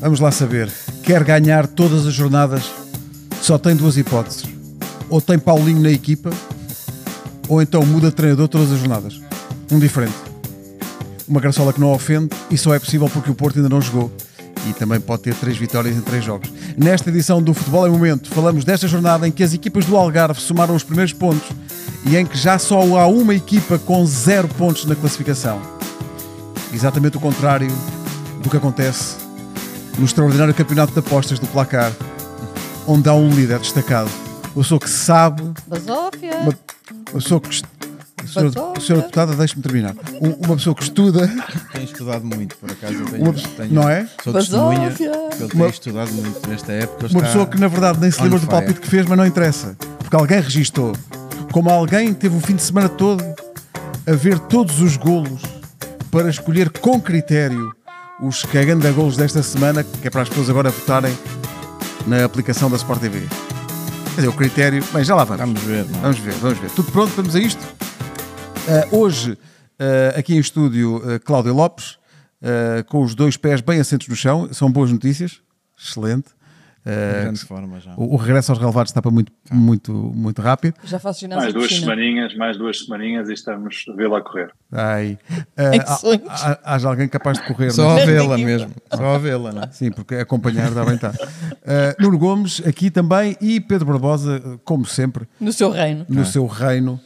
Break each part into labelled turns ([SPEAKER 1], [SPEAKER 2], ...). [SPEAKER 1] Vamos lá saber. Quer ganhar todas as jornadas? Só tem duas hipóteses. Ou tem Paulinho na equipa, ou então muda de treinador todas as jornadas. Um diferente. Uma graçola que não ofende e só é possível porque o Porto ainda não jogou. E também pode ter três vitórias em três jogos. Nesta edição do Futebol em Momento, falamos desta jornada em que as equipas do Algarve somaram os primeiros pontos e em que já só há uma equipa com zero pontos na classificação. Exatamente o contrário do que acontece no extraordinário campeonato de apostas do placar, onde há um líder destacado. Uma pessoa que sabe,
[SPEAKER 2] Basófia.
[SPEAKER 1] uma, uma pessoa que. est- Senhora, senhora deputada, deixe-me terminar. Um- uma pessoa que estuda,
[SPEAKER 3] Tenho estudado muito, por acaso. Eu tenho,
[SPEAKER 1] Uma-
[SPEAKER 3] tenho-
[SPEAKER 1] não é?
[SPEAKER 3] Sou
[SPEAKER 2] Mas
[SPEAKER 3] testemunha.
[SPEAKER 2] óbvio.
[SPEAKER 3] que Ele tem
[SPEAKER 1] Uma-
[SPEAKER 3] estudado muito nesta época.
[SPEAKER 1] uma
[SPEAKER 3] está-
[SPEAKER 1] pessoa que na verdade nem se
[SPEAKER 3] on
[SPEAKER 1] lembra do
[SPEAKER 3] fire.
[SPEAKER 1] palpite que fez, mas não interessa. Porque alguém registou. Como alguém teve o fim de semana todo a ver todos os golos para escolher com critério os cagando a golos desta semana, que é para as pessoas agora votarem na aplicação da Sport TV. Quer dizer, o critério. Bem, já lá vamos.
[SPEAKER 3] Vamos ver, não é?
[SPEAKER 1] Vamos ver, vamos ver. Tudo pronto, vamos a isto? Ah, hoje, ah, aqui em estúdio, ah, Cláudio Lopes, ah, com os dois pés bem assentos no chão, são boas notícias, excelente.
[SPEAKER 3] de
[SPEAKER 1] Ah,
[SPEAKER 3] grande forma já.
[SPEAKER 1] o, o regresso aos relevados está para muito, muito, muito rápido.
[SPEAKER 2] Já faço ginástica.
[SPEAKER 4] Mais duas
[SPEAKER 2] de piscina.
[SPEAKER 4] semaninhas, mais duas semaninhas e estamos a vê-la correr.
[SPEAKER 1] Ai, ah,
[SPEAKER 2] Ai, que sonhos.
[SPEAKER 1] há, há- haja alguém capaz de correr.
[SPEAKER 3] Só a
[SPEAKER 1] nesta-
[SPEAKER 3] vê-la mesmo. Só a vê-la, não é?
[SPEAKER 1] Sim, porque acompanhar dá bem tá. Ah, Nuno Gomes aqui também e Pedro Barbosa, como sempre,
[SPEAKER 2] No seu reino.
[SPEAKER 1] no seu reino.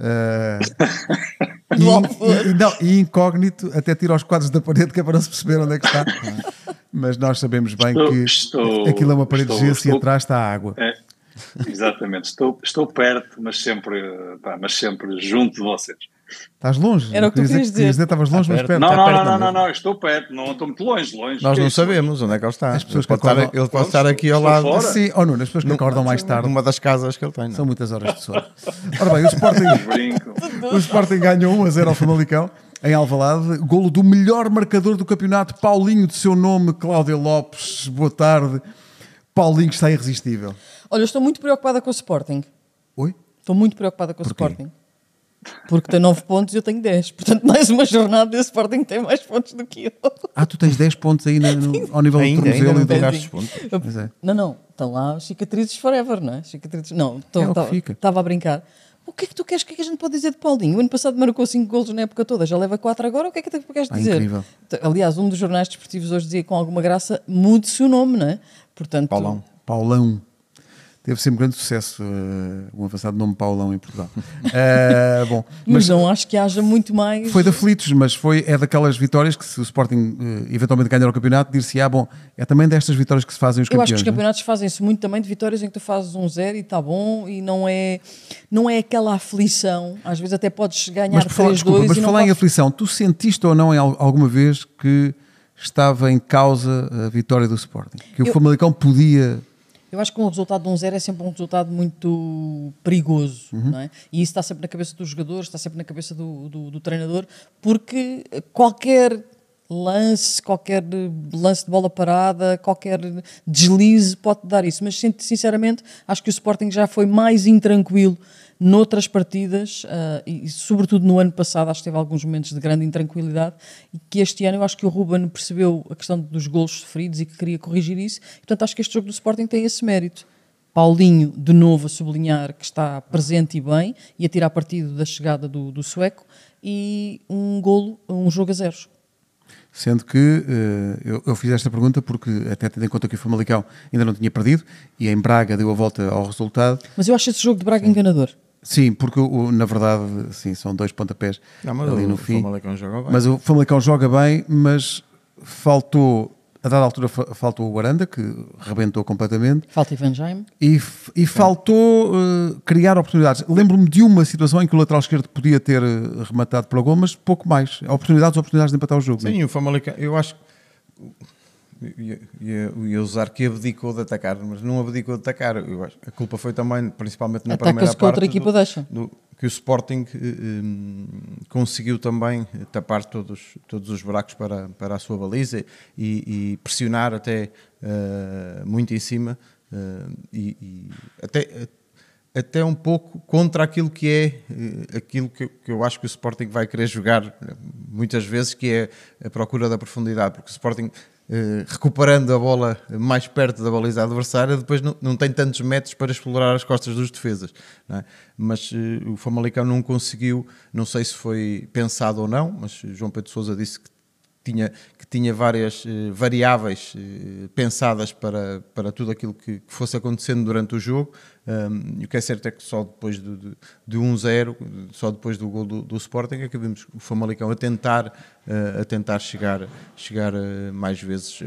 [SPEAKER 1] ah, E,
[SPEAKER 2] Do alvor.
[SPEAKER 1] e- e não, e incógnito, até tira os quadros da parede que é para não se perceber onde é que está. Mas nós sabemos bem
[SPEAKER 4] Estou-
[SPEAKER 1] que
[SPEAKER 4] estou-
[SPEAKER 1] aquilo é uma parede de
[SPEAKER 4] estou-
[SPEAKER 1] gesso e
[SPEAKER 4] estou-
[SPEAKER 1] atrás está a água.
[SPEAKER 4] É, exatamente. estou, estou perto, mas sempre, eh, pá, mas sempre junto de vocês.
[SPEAKER 1] Estás longe.
[SPEAKER 2] Era o que eu queria dizer.
[SPEAKER 1] Estavas longe, mas
[SPEAKER 3] perto.
[SPEAKER 1] perto.
[SPEAKER 4] Não,
[SPEAKER 3] está
[SPEAKER 4] não,
[SPEAKER 3] perto,
[SPEAKER 4] não, não,
[SPEAKER 3] não é?
[SPEAKER 4] não, não, estou perto, não estou muito longe, longe.
[SPEAKER 3] Nós
[SPEAKER 4] Que
[SPEAKER 3] não
[SPEAKER 4] isso?
[SPEAKER 3] sabemos onde é que ele está.
[SPEAKER 1] pessoas
[SPEAKER 3] Ele
[SPEAKER 1] que
[SPEAKER 3] pode estar,
[SPEAKER 1] acordam-
[SPEAKER 3] ele pode estar aqui ao
[SPEAKER 4] Estou
[SPEAKER 3] lado
[SPEAKER 4] fora.
[SPEAKER 1] Sim, ou Nuno, as pessoas que acordam mais tarde
[SPEAKER 3] numa das casas que ele tem.
[SPEAKER 1] são
[SPEAKER 3] Não? é?
[SPEAKER 1] muitas horas de sono. Ora bem, o Sporting,
[SPEAKER 4] Brinco.
[SPEAKER 1] o Sporting ganhou 1 a 0 ao Famalicão em Alvalade. Golo do melhor marcador do campeonato, Paulinho, de seu nome, Cláudio Lopes. Boa tarde. Paulinho está irresistível.
[SPEAKER 2] Olha, eu estou muito preocupada com o Sporting.
[SPEAKER 1] Oi?
[SPEAKER 2] Estou muito preocupada com o Sporting. Porque tem 9 pontos e eu tenho 10. Portanto, mais uma jornada e o Sporting tem mais pontos do que eu.
[SPEAKER 1] Ah, tu tens 10 pontos aí na- no- ao nível
[SPEAKER 3] Ainda,
[SPEAKER 1] do tornozelo
[SPEAKER 3] ainda
[SPEAKER 1] e do-
[SPEAKER 3] não Pegaste os pontos.
[SPEAKER 1] Pois é.
[SPEAKER 2] Não, não. Estão lá cicatrizes forever, não é? Cicatrizes. Não,
[SPEAKER 1] É o que fica.
[SPEAKER 2] estava a brincar. O que é que tu queres? O que é que a gente pode dizer de Paulinho? O ano passado marcou 5 golos na época toda, já leva 4 agora. O que é que tu queres
[SPEAKER 1] Ah,
[SPEAKER 2] dizer?
[SPEAKER 1] incrível.
[SPEAKER 2] T- Aliás, um dos jornais desportivos hoje dizia com alguma graça: mude-se o nome, não é? Portanto,
[SPEAKER 3] Paulão.
[SPEAKER 1] Paulão. Teve sempre grande sucesso eh, um avançado nome Paulão em Portugal. Eh, bom, mas
[SPEAKER 2] Mas, não acho que haja muito mais.
[SPEAKER 1] foi de aflitos, mas foi, é daquelas vitórias que se o Sporting eh, eventualmente ganhar o campeonato, dir-se, ah, bom, é também destas vitórias que se fazem os
[SPEAKER 2] Eu
[SPEAKER 1] campeões.
[SPEAKER 2] acho que os
[SPEAKER 1] não é?
[SPEAKER 2] campeonatos fazem-se muito também de vitórias em que tu fazes um zero e está bom e não é, não é aquela aflição. Às vezes até podes ganhar
[SPEAKER 1] Mas por falar,
[SPEAKER 2] 3-2
[SPEAKER 1] desculpa, mas
[SPEAKER 2] e não
[SPEAKER 1] falar em
[SPEAKER 2] podes-
[SPEAKER 1] aflição, tu sentiste ou não em al- alguma vez que estava em causa a vitória do Sporting? Que o
[SPEAKER 2] Eu-
[SPEAKER 1] Famalicão podia...
[SPEAKER 2] Eu acho que um resultado de um zero é sempre um resultado muito perigoso,
[SPEAKER 1] Uhum.
[SPEAKER 2] não é? E isso está sempre na cabeça dos jogadores, está sempre na cabeça do, do- do treinador, porque qualquer lance, qualquer lance de bola parada, qualquer deslize pode dar isso. Mas sin- sinceramente, acho que o Sporting já foi mais intranquilo noutras partidas ah, e, e sobretudo no ano passado acho que teve alguns momentos de grande intranquilidade e que este ano eu acho que o Ruben percebeu a questão dos golos sofridos e que queria corrigir isso portanto acho que este jogo do Sporting tem esse mérito Paulinho de novo a sublinhar que está presente e bem e a tirar partido da chegada do, do sueco e um golo, um jogo a zeros
[SPEAKER 1] Sendo que eh, eu, eu fiz esta pergunta porque, até tendo em conta que o Famalicão ainda não tinha perdido e em Braga deu a volta ao resultado,
[SPEAKER 2] mas eu acho esse jogo de Braga enganador
[SPEAKER 1] sim, porque o- na verdade, sim, são dois pontapés
[SPEAKER 3] Não, mas
[SPEAKER 1] ali
[SPEAKER 3] o
[SPEAKER 1] no fim.
[SPEAKER 3] Famalicão joga bem.
[SPEAKER 1] Mas o Famalicão joga bem, mas faltou, a dada altura, fa- faltou o Aranda, que rebentou completamente.
[SPEAKER 2] falta Ivan Jaime
[SPEAKER 1] E, f- e faltou eh, criar oportunidades. Lembro-me de uma situação em que o lateral esquerdo podia ter eh, rematado para o gol, mas pouco mais. Oportunidades, oportunidades de empatar o jogo.
[SPEAKER 3] Sim, o Famalicão, eu acho que. Ia, ia- ia usar que abdicou de atacar, mas não abdicou de atacar. Eu acho- a culpa foi também, principalmente na
[SPEAKER 2] Ataca-se
[SPEAKER 3] primeira
[SPEAKER 2] que a
[SPEAKER 3] parte,
[SPEAKER 2] outra equipa deixa.
[SPEAKER 3] do- que o Sporting eh, eh, conseguiu também eh, tapar todos, todos os buracos para, para a sua baliza e, e pressionar até eh, muito em cima eh, e, e até, até um pouco contra aquilo que é eh, aquilo que, que eu acho que o Sporting vai querer jogar eh, muitas vezes, que é a procura da profundidade, porque o Sporting eh, recuperando a bola mais perto da baliza adversária, depois não, não tem tantos metros para explorar as costas dos defesas. não é? Mas eh, o Famalicão não conseguiu, não sei se foi pensado ou não, mas João Pedro Sousa disse que tinha, que tinha várias eh, variáveis eh, pensadas para, para tudo aquilo que, que fosse acontecendo durante o jogo. Um, e o que é certo é que só depois do, do, de 1-0, só depois do gol do, do Sporting, é que vimos o Famalicão a tentar, eh, a tentar chegar, chegar eh, mais vezes, eh,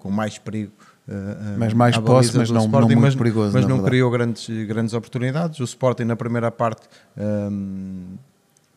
[SPEAKER 3] com mais perigo. eh,
[SPEAKER 1] Mas mais
[SPEAKER 3] à baliza
[SPEAKER 1] posse, mas
[SPEAKER 3] do
[SPEAKER 1] não- não muito
[SPEAKER 3] mas,
[SPEAKER 1] perigoso,
[SPEAKER 3] mas
[SPEAKER 1] na
[SPEAKER 3] não
[SPEAKER 1] verdade.
[SPEAKER 3] criou grandes, grandes oportunidades. O Sporting, na primeira parte, um,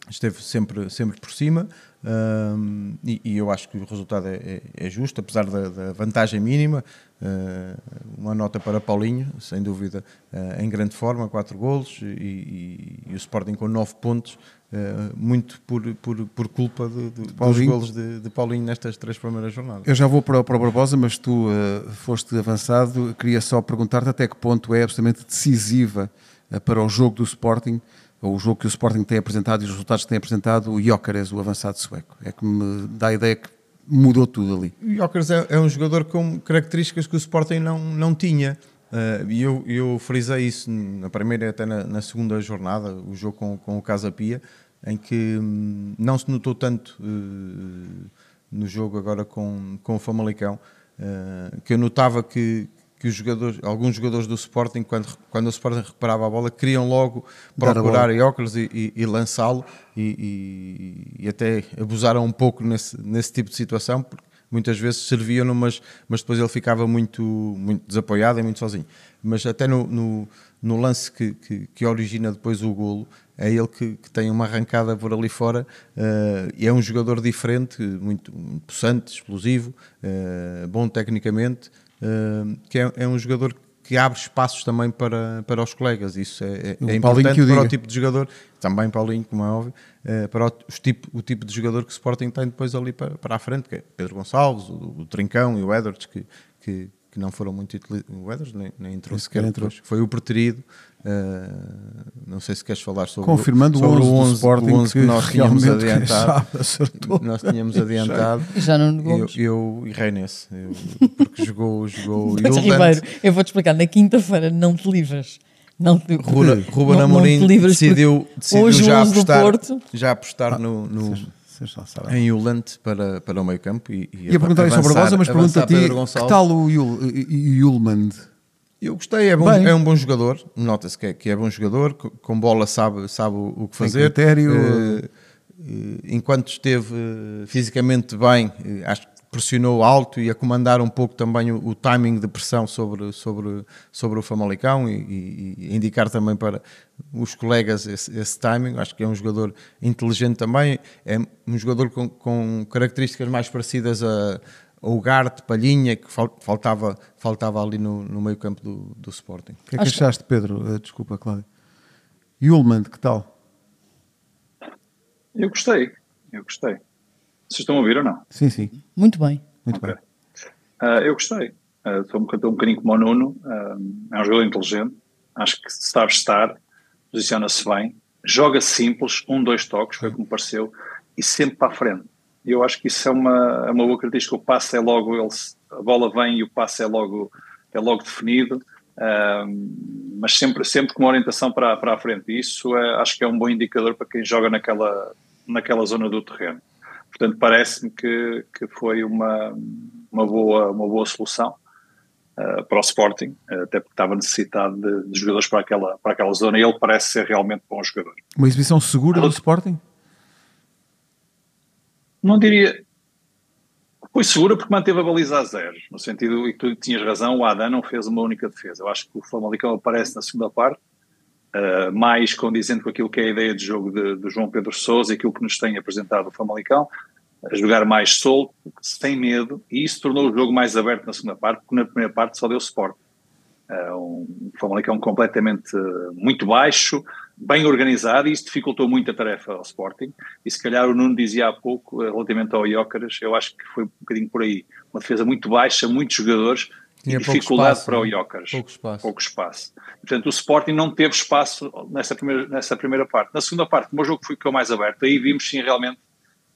[SPEAKER 3] esteve sempre, sempre por cima hum, e, e eu acho que o resultado é, é- é justo, apesar da, da vantagem mínima. eh, uma nota para Paulinho, sem dúvida, eh, em grande forma, quatro golos e, e- e o Sporting com nove pontos, eh, muito por, por, por culpa de- de- dos
[SPEAKER 1] Paulinho.
[SPEAKER 3] golos de, de Paulinho nestas três primeiras jornadas.
[SPEAKER 1] Eu já vou para, o- para o Barbosa, mas tu eh, foste avançado. Eu Queria só perguntar-te até que ponto é absolutamente decisiva eh, para o jogo do Sporting, ou o jogo que o Sporting tem apresentado e os resultados que tem apresentado, o Jócares, o avançado sueco. É que me dá a ideia que mudou tudo ali.
[SPEAKER 3] O Jokers é, é um jogador com características que o Sporting não, não tinha. Eh, E eu, eu frisei isso na primeira e até na, na segunda jornada, o jogo com, com o Casa Pia, em que hum, não se notou tanto eh, no jogo agora com, com o Famalicão, eh, que eu notava que, que os jogadores, alguns jogadores do Sporting, quando, quando o Sporting recuperava a bola, queriam logo
[SPEAKER 1] Dar a bola.
[SPEAKER 3] procurar Iócaros e, e, e lançá-lo e, e- e até abusaram um pouco nesse, nesse tipo de situação, porque muitas vezes serviam-no, mas, mas depois ele ficava muito, muito desapoiado e muito sozinho. Mas até no, no, no lance que, que, que origina depois o golo, é ele que, que tem uma arrancada por ali fora eh, e é um jogador diferente, muito possante, explosivo, eh, bom tecnicamente, eh, que é, é um jogador que abre espaços também para, para os colegas. Isso é, é,
[SPEAKER 1] O
[SPEAKER 3] é
[SPEAKER 1] Paulinho
[SPEAKER 3] importante
[SPEAKER 1] que o
[SPEAKER 3] para o
[SPEAKER 1] diga.
[SPEAKER 3] tipo de jogador, também Paulinho, como é óbvio, eh, para o, os tipo, o tipo de jogador que o Sporting tem depois ali para, para a frente, que é Pedro Gonçalves, o, o Trincão e o Edwards, que, que, que não foram muito utilizados. O Edwards nem, nem entrou
[SPEAKER 1] Esse
[SPEAKER 3] sequer,
[SPEAKER 1] cara entrou.
[SPEAKER 3] depois. foi o preterido. eh, não sei se queres falar sobre, o-
[SPEAKER 1] Confirmando
[SPEAKER 3] sobre
[SPEAKER 1] o 11 do
[SPEAKER 3] 11
[SPEAKER 1] Sporting
[SPEAKER 3] o 11 que, nós tínhamos
[SPEAKER 1] realmente, quem
[SPEAKER 3] adiantado.
[SPEAKER 1] sabe, acertou.
[SPEAKER 3] Nós tínhamos adiantado.
[SPEAKER 2] E já Nuno
[SPEAKER 3] Eu,
[SPEAKER 2] Gomes.
[SPEAKER 3] eu errei nesse, eu- porque jogou, jogou
[SPEAKER 2] Pois,
[SPEAKER 3] Hildant,
[SPEAKER 2] Ribeiro, eu vou-te explicar. Na quinta-feira não te livras. Não te,
[SPEAKER 3] Ruben,
[SPEAKER 2] não- não
[SPEAKER 3] Ruben
[SPEAKER 2] te
[SPEAKER 3] Amorim
[SPEAKER 2] livras porque
[SPEAKER 3] decidiu, decidiu
[SPEAKER 2] hoje o
[SPEAKER 3] já,
[SPEAKER 2] 11 do
[SPEAKER 3] apostar,
[SPEAKER 2] Porto-
[SPEAKER 3] já
[SPEAKER 1] Ah,
[SPEAKER 3] apostar no, no-
[SPEAKER 1] Vocês já sabem.
[SPEAKER 3] em Ulante para, para o meio campo. E, e
[SPEAKER 1] Ia perguntar isso ao
[SPEAKER 3] avançar-
[SPEAKER 1] Barbosa, mas pergunto a
[SPEAKER 3] avançar
[SPEAKER 1] ti,
[SPEAKER 3] Pedro
[SPEAKER 1] que
[SPEAKER 3] Gonçalves.
[SPEAKER 1] tal o Yul- eh, e- e- Yulmand?
[SPEAKER 3] Eu gostei, é, bom-
[SPEAKER 1] Bem.
[SPEAKER 3] é um bom jogador, nota-se que, é, que é bom jogador, co- com bola sabe, sabe o o que fazer.
[SPEAKER 1] critério.
[SPEAKER 3] Eh, eh, enquanto esteve eh, fisicamente bem, eh, acho que pressionou alto e a comandar um pouco também o, o timing de pressão sobre, sobre, sobre o Famalicão e, e- e indicar também para os colegas esse, esse timing. Acho que é um jogador inteligente também, é um jogador com, com características mais parecidas a ao Garte, Palhinha, que fal- faltava, faltava ali no, no meio campo do, do Sporting.
[SPEAKER 1] O que é que achaste, Pedro? Eh, Desculpa, Cláudio. Yulmand, que tal?
[SPEAKER 4] Eu gostei, eu gostei. Vocês estão a ouvir ou não?
[SPEAKER 1] Sim, sim.
[SPEAKER 2] Muito bem.
[SPEAKER 1] Muito
[SPEAKER 4] Ok.
[SPEAKER 1] bem.
[SPEAKER 4] Ah, eu gostei. Ah, sou um, bocadinho- um bocadinho como o Nuno. ah, é um jogador inteligente. Acho que sabe estar, posiciona-se bem, joga simples, um, dois toques, foi como pareceu, e sempre para a frente. E Eu acho que isso é uma, é uma boa característica. O passe é logo, ele se- a bola vem e o passe é logo, é logo definido, ah, mas sempre, sempre com uma orientação para, para a frente. E isso é- acho que é um bom indicador para quem joga naquela, naquela zona do terreno. Portanto, parece-me que, que foi uma, uma, boa, uma boa solução ah, para o Sporting, ah, até porque estava necessitado de, de jogadores para aquela, para aquela zona e ele parece ser realmente bom jogador.
[SPEAKER 1] Uma exibição segura do Sporting?
[SPEAKER 4] Não diria. Foi segura porque manteve a baliza a zero, no sentido e que tu tinhas razão, o Adam não fez uma única defesa. Eu acho que o Famalicão aparece na segunda parte, Uh, mais condizente com aquilo que é a ideia de jogo de, de João Pedro Sousa e aquilo que nos tem apresentado o Famalicão, a jogar mais solto, sem medo, e isso tornou o jogo mais aberto na segunda parte, porque na primeira parte só deu suporte. Uh, um Famalicão completamente uh, muito baixo, bem organizado, e isso dificultou muito a tarefa ao Sporting. E se calhar o Nuno dizia há pouco, uh, relativamente ao Iócaras, eu acho que foi um bocadinho por aí. Uma defesa muito baixa, muitos jogadores,
[SPEAKER 3] Tinha
[SPEAKER 4] e
[SPEAKER 3] pouco
[SPEAKER 4] dificuldade
[SPEAKER 3] espaço,
[SPEAKER 4] para o
[SPEAKER 3] né?
[SPEAKER 4] Iócaras
[SPEAKER 3] Pouco espaço.
[SPEAKER 4] pouco espaço. Portanto, o Sporting não teve espaço nessa primeira, nessa primeira parte. Na segunda parte, o meu jogo foi que ficou mais aberto. Aí vimos sim realmente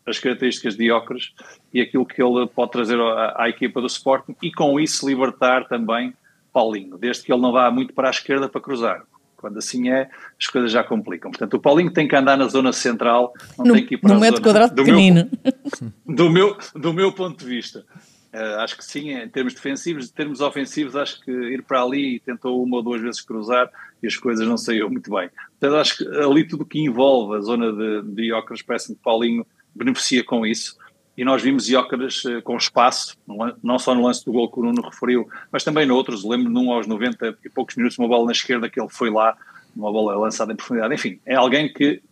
[SPEAKER 4] as características de Ócares e aquilo que ele pode trazer à, à, equipa do Sporting e com isso libertar também Paulinho, desde que ele não vá muito para a esquerda para cruzar. Quando assim é, as coisas já complicam. Portanto, o Paulinho tem que andar na zona central, não
[SPEAKER 2] no,
[SPEAKER 4] tem que ir para
[SPEAKER 2] no metro
[SPEAKER 4] zona,
[SPEAKER 2] quadrado
[SPEAKER 4] do
[SPEAKER 2] pequenino.
[SPEAKER 4] Meu, do, meu, do meu ponto de vista. Uh, acho que sim, em termos defensivos, em termos ofensivos, acho que ir para ali tentou uma ou duas vezes cruzar e as coisas não saíram muito bem. Portanto, acho que ali tudo que envolve a zona de, de Iócaras, parece-me que Paulinho beneficia com isso. E nós vimos Iócaras uh, com espaço, não só no lance do gol que o Nuno referiu, mas também noutros. Lembro num aos 90 e poucos minutos, uma bola na esquerda que ele foi lá, uma bola lançada em profundidade. Enfim, é alguém que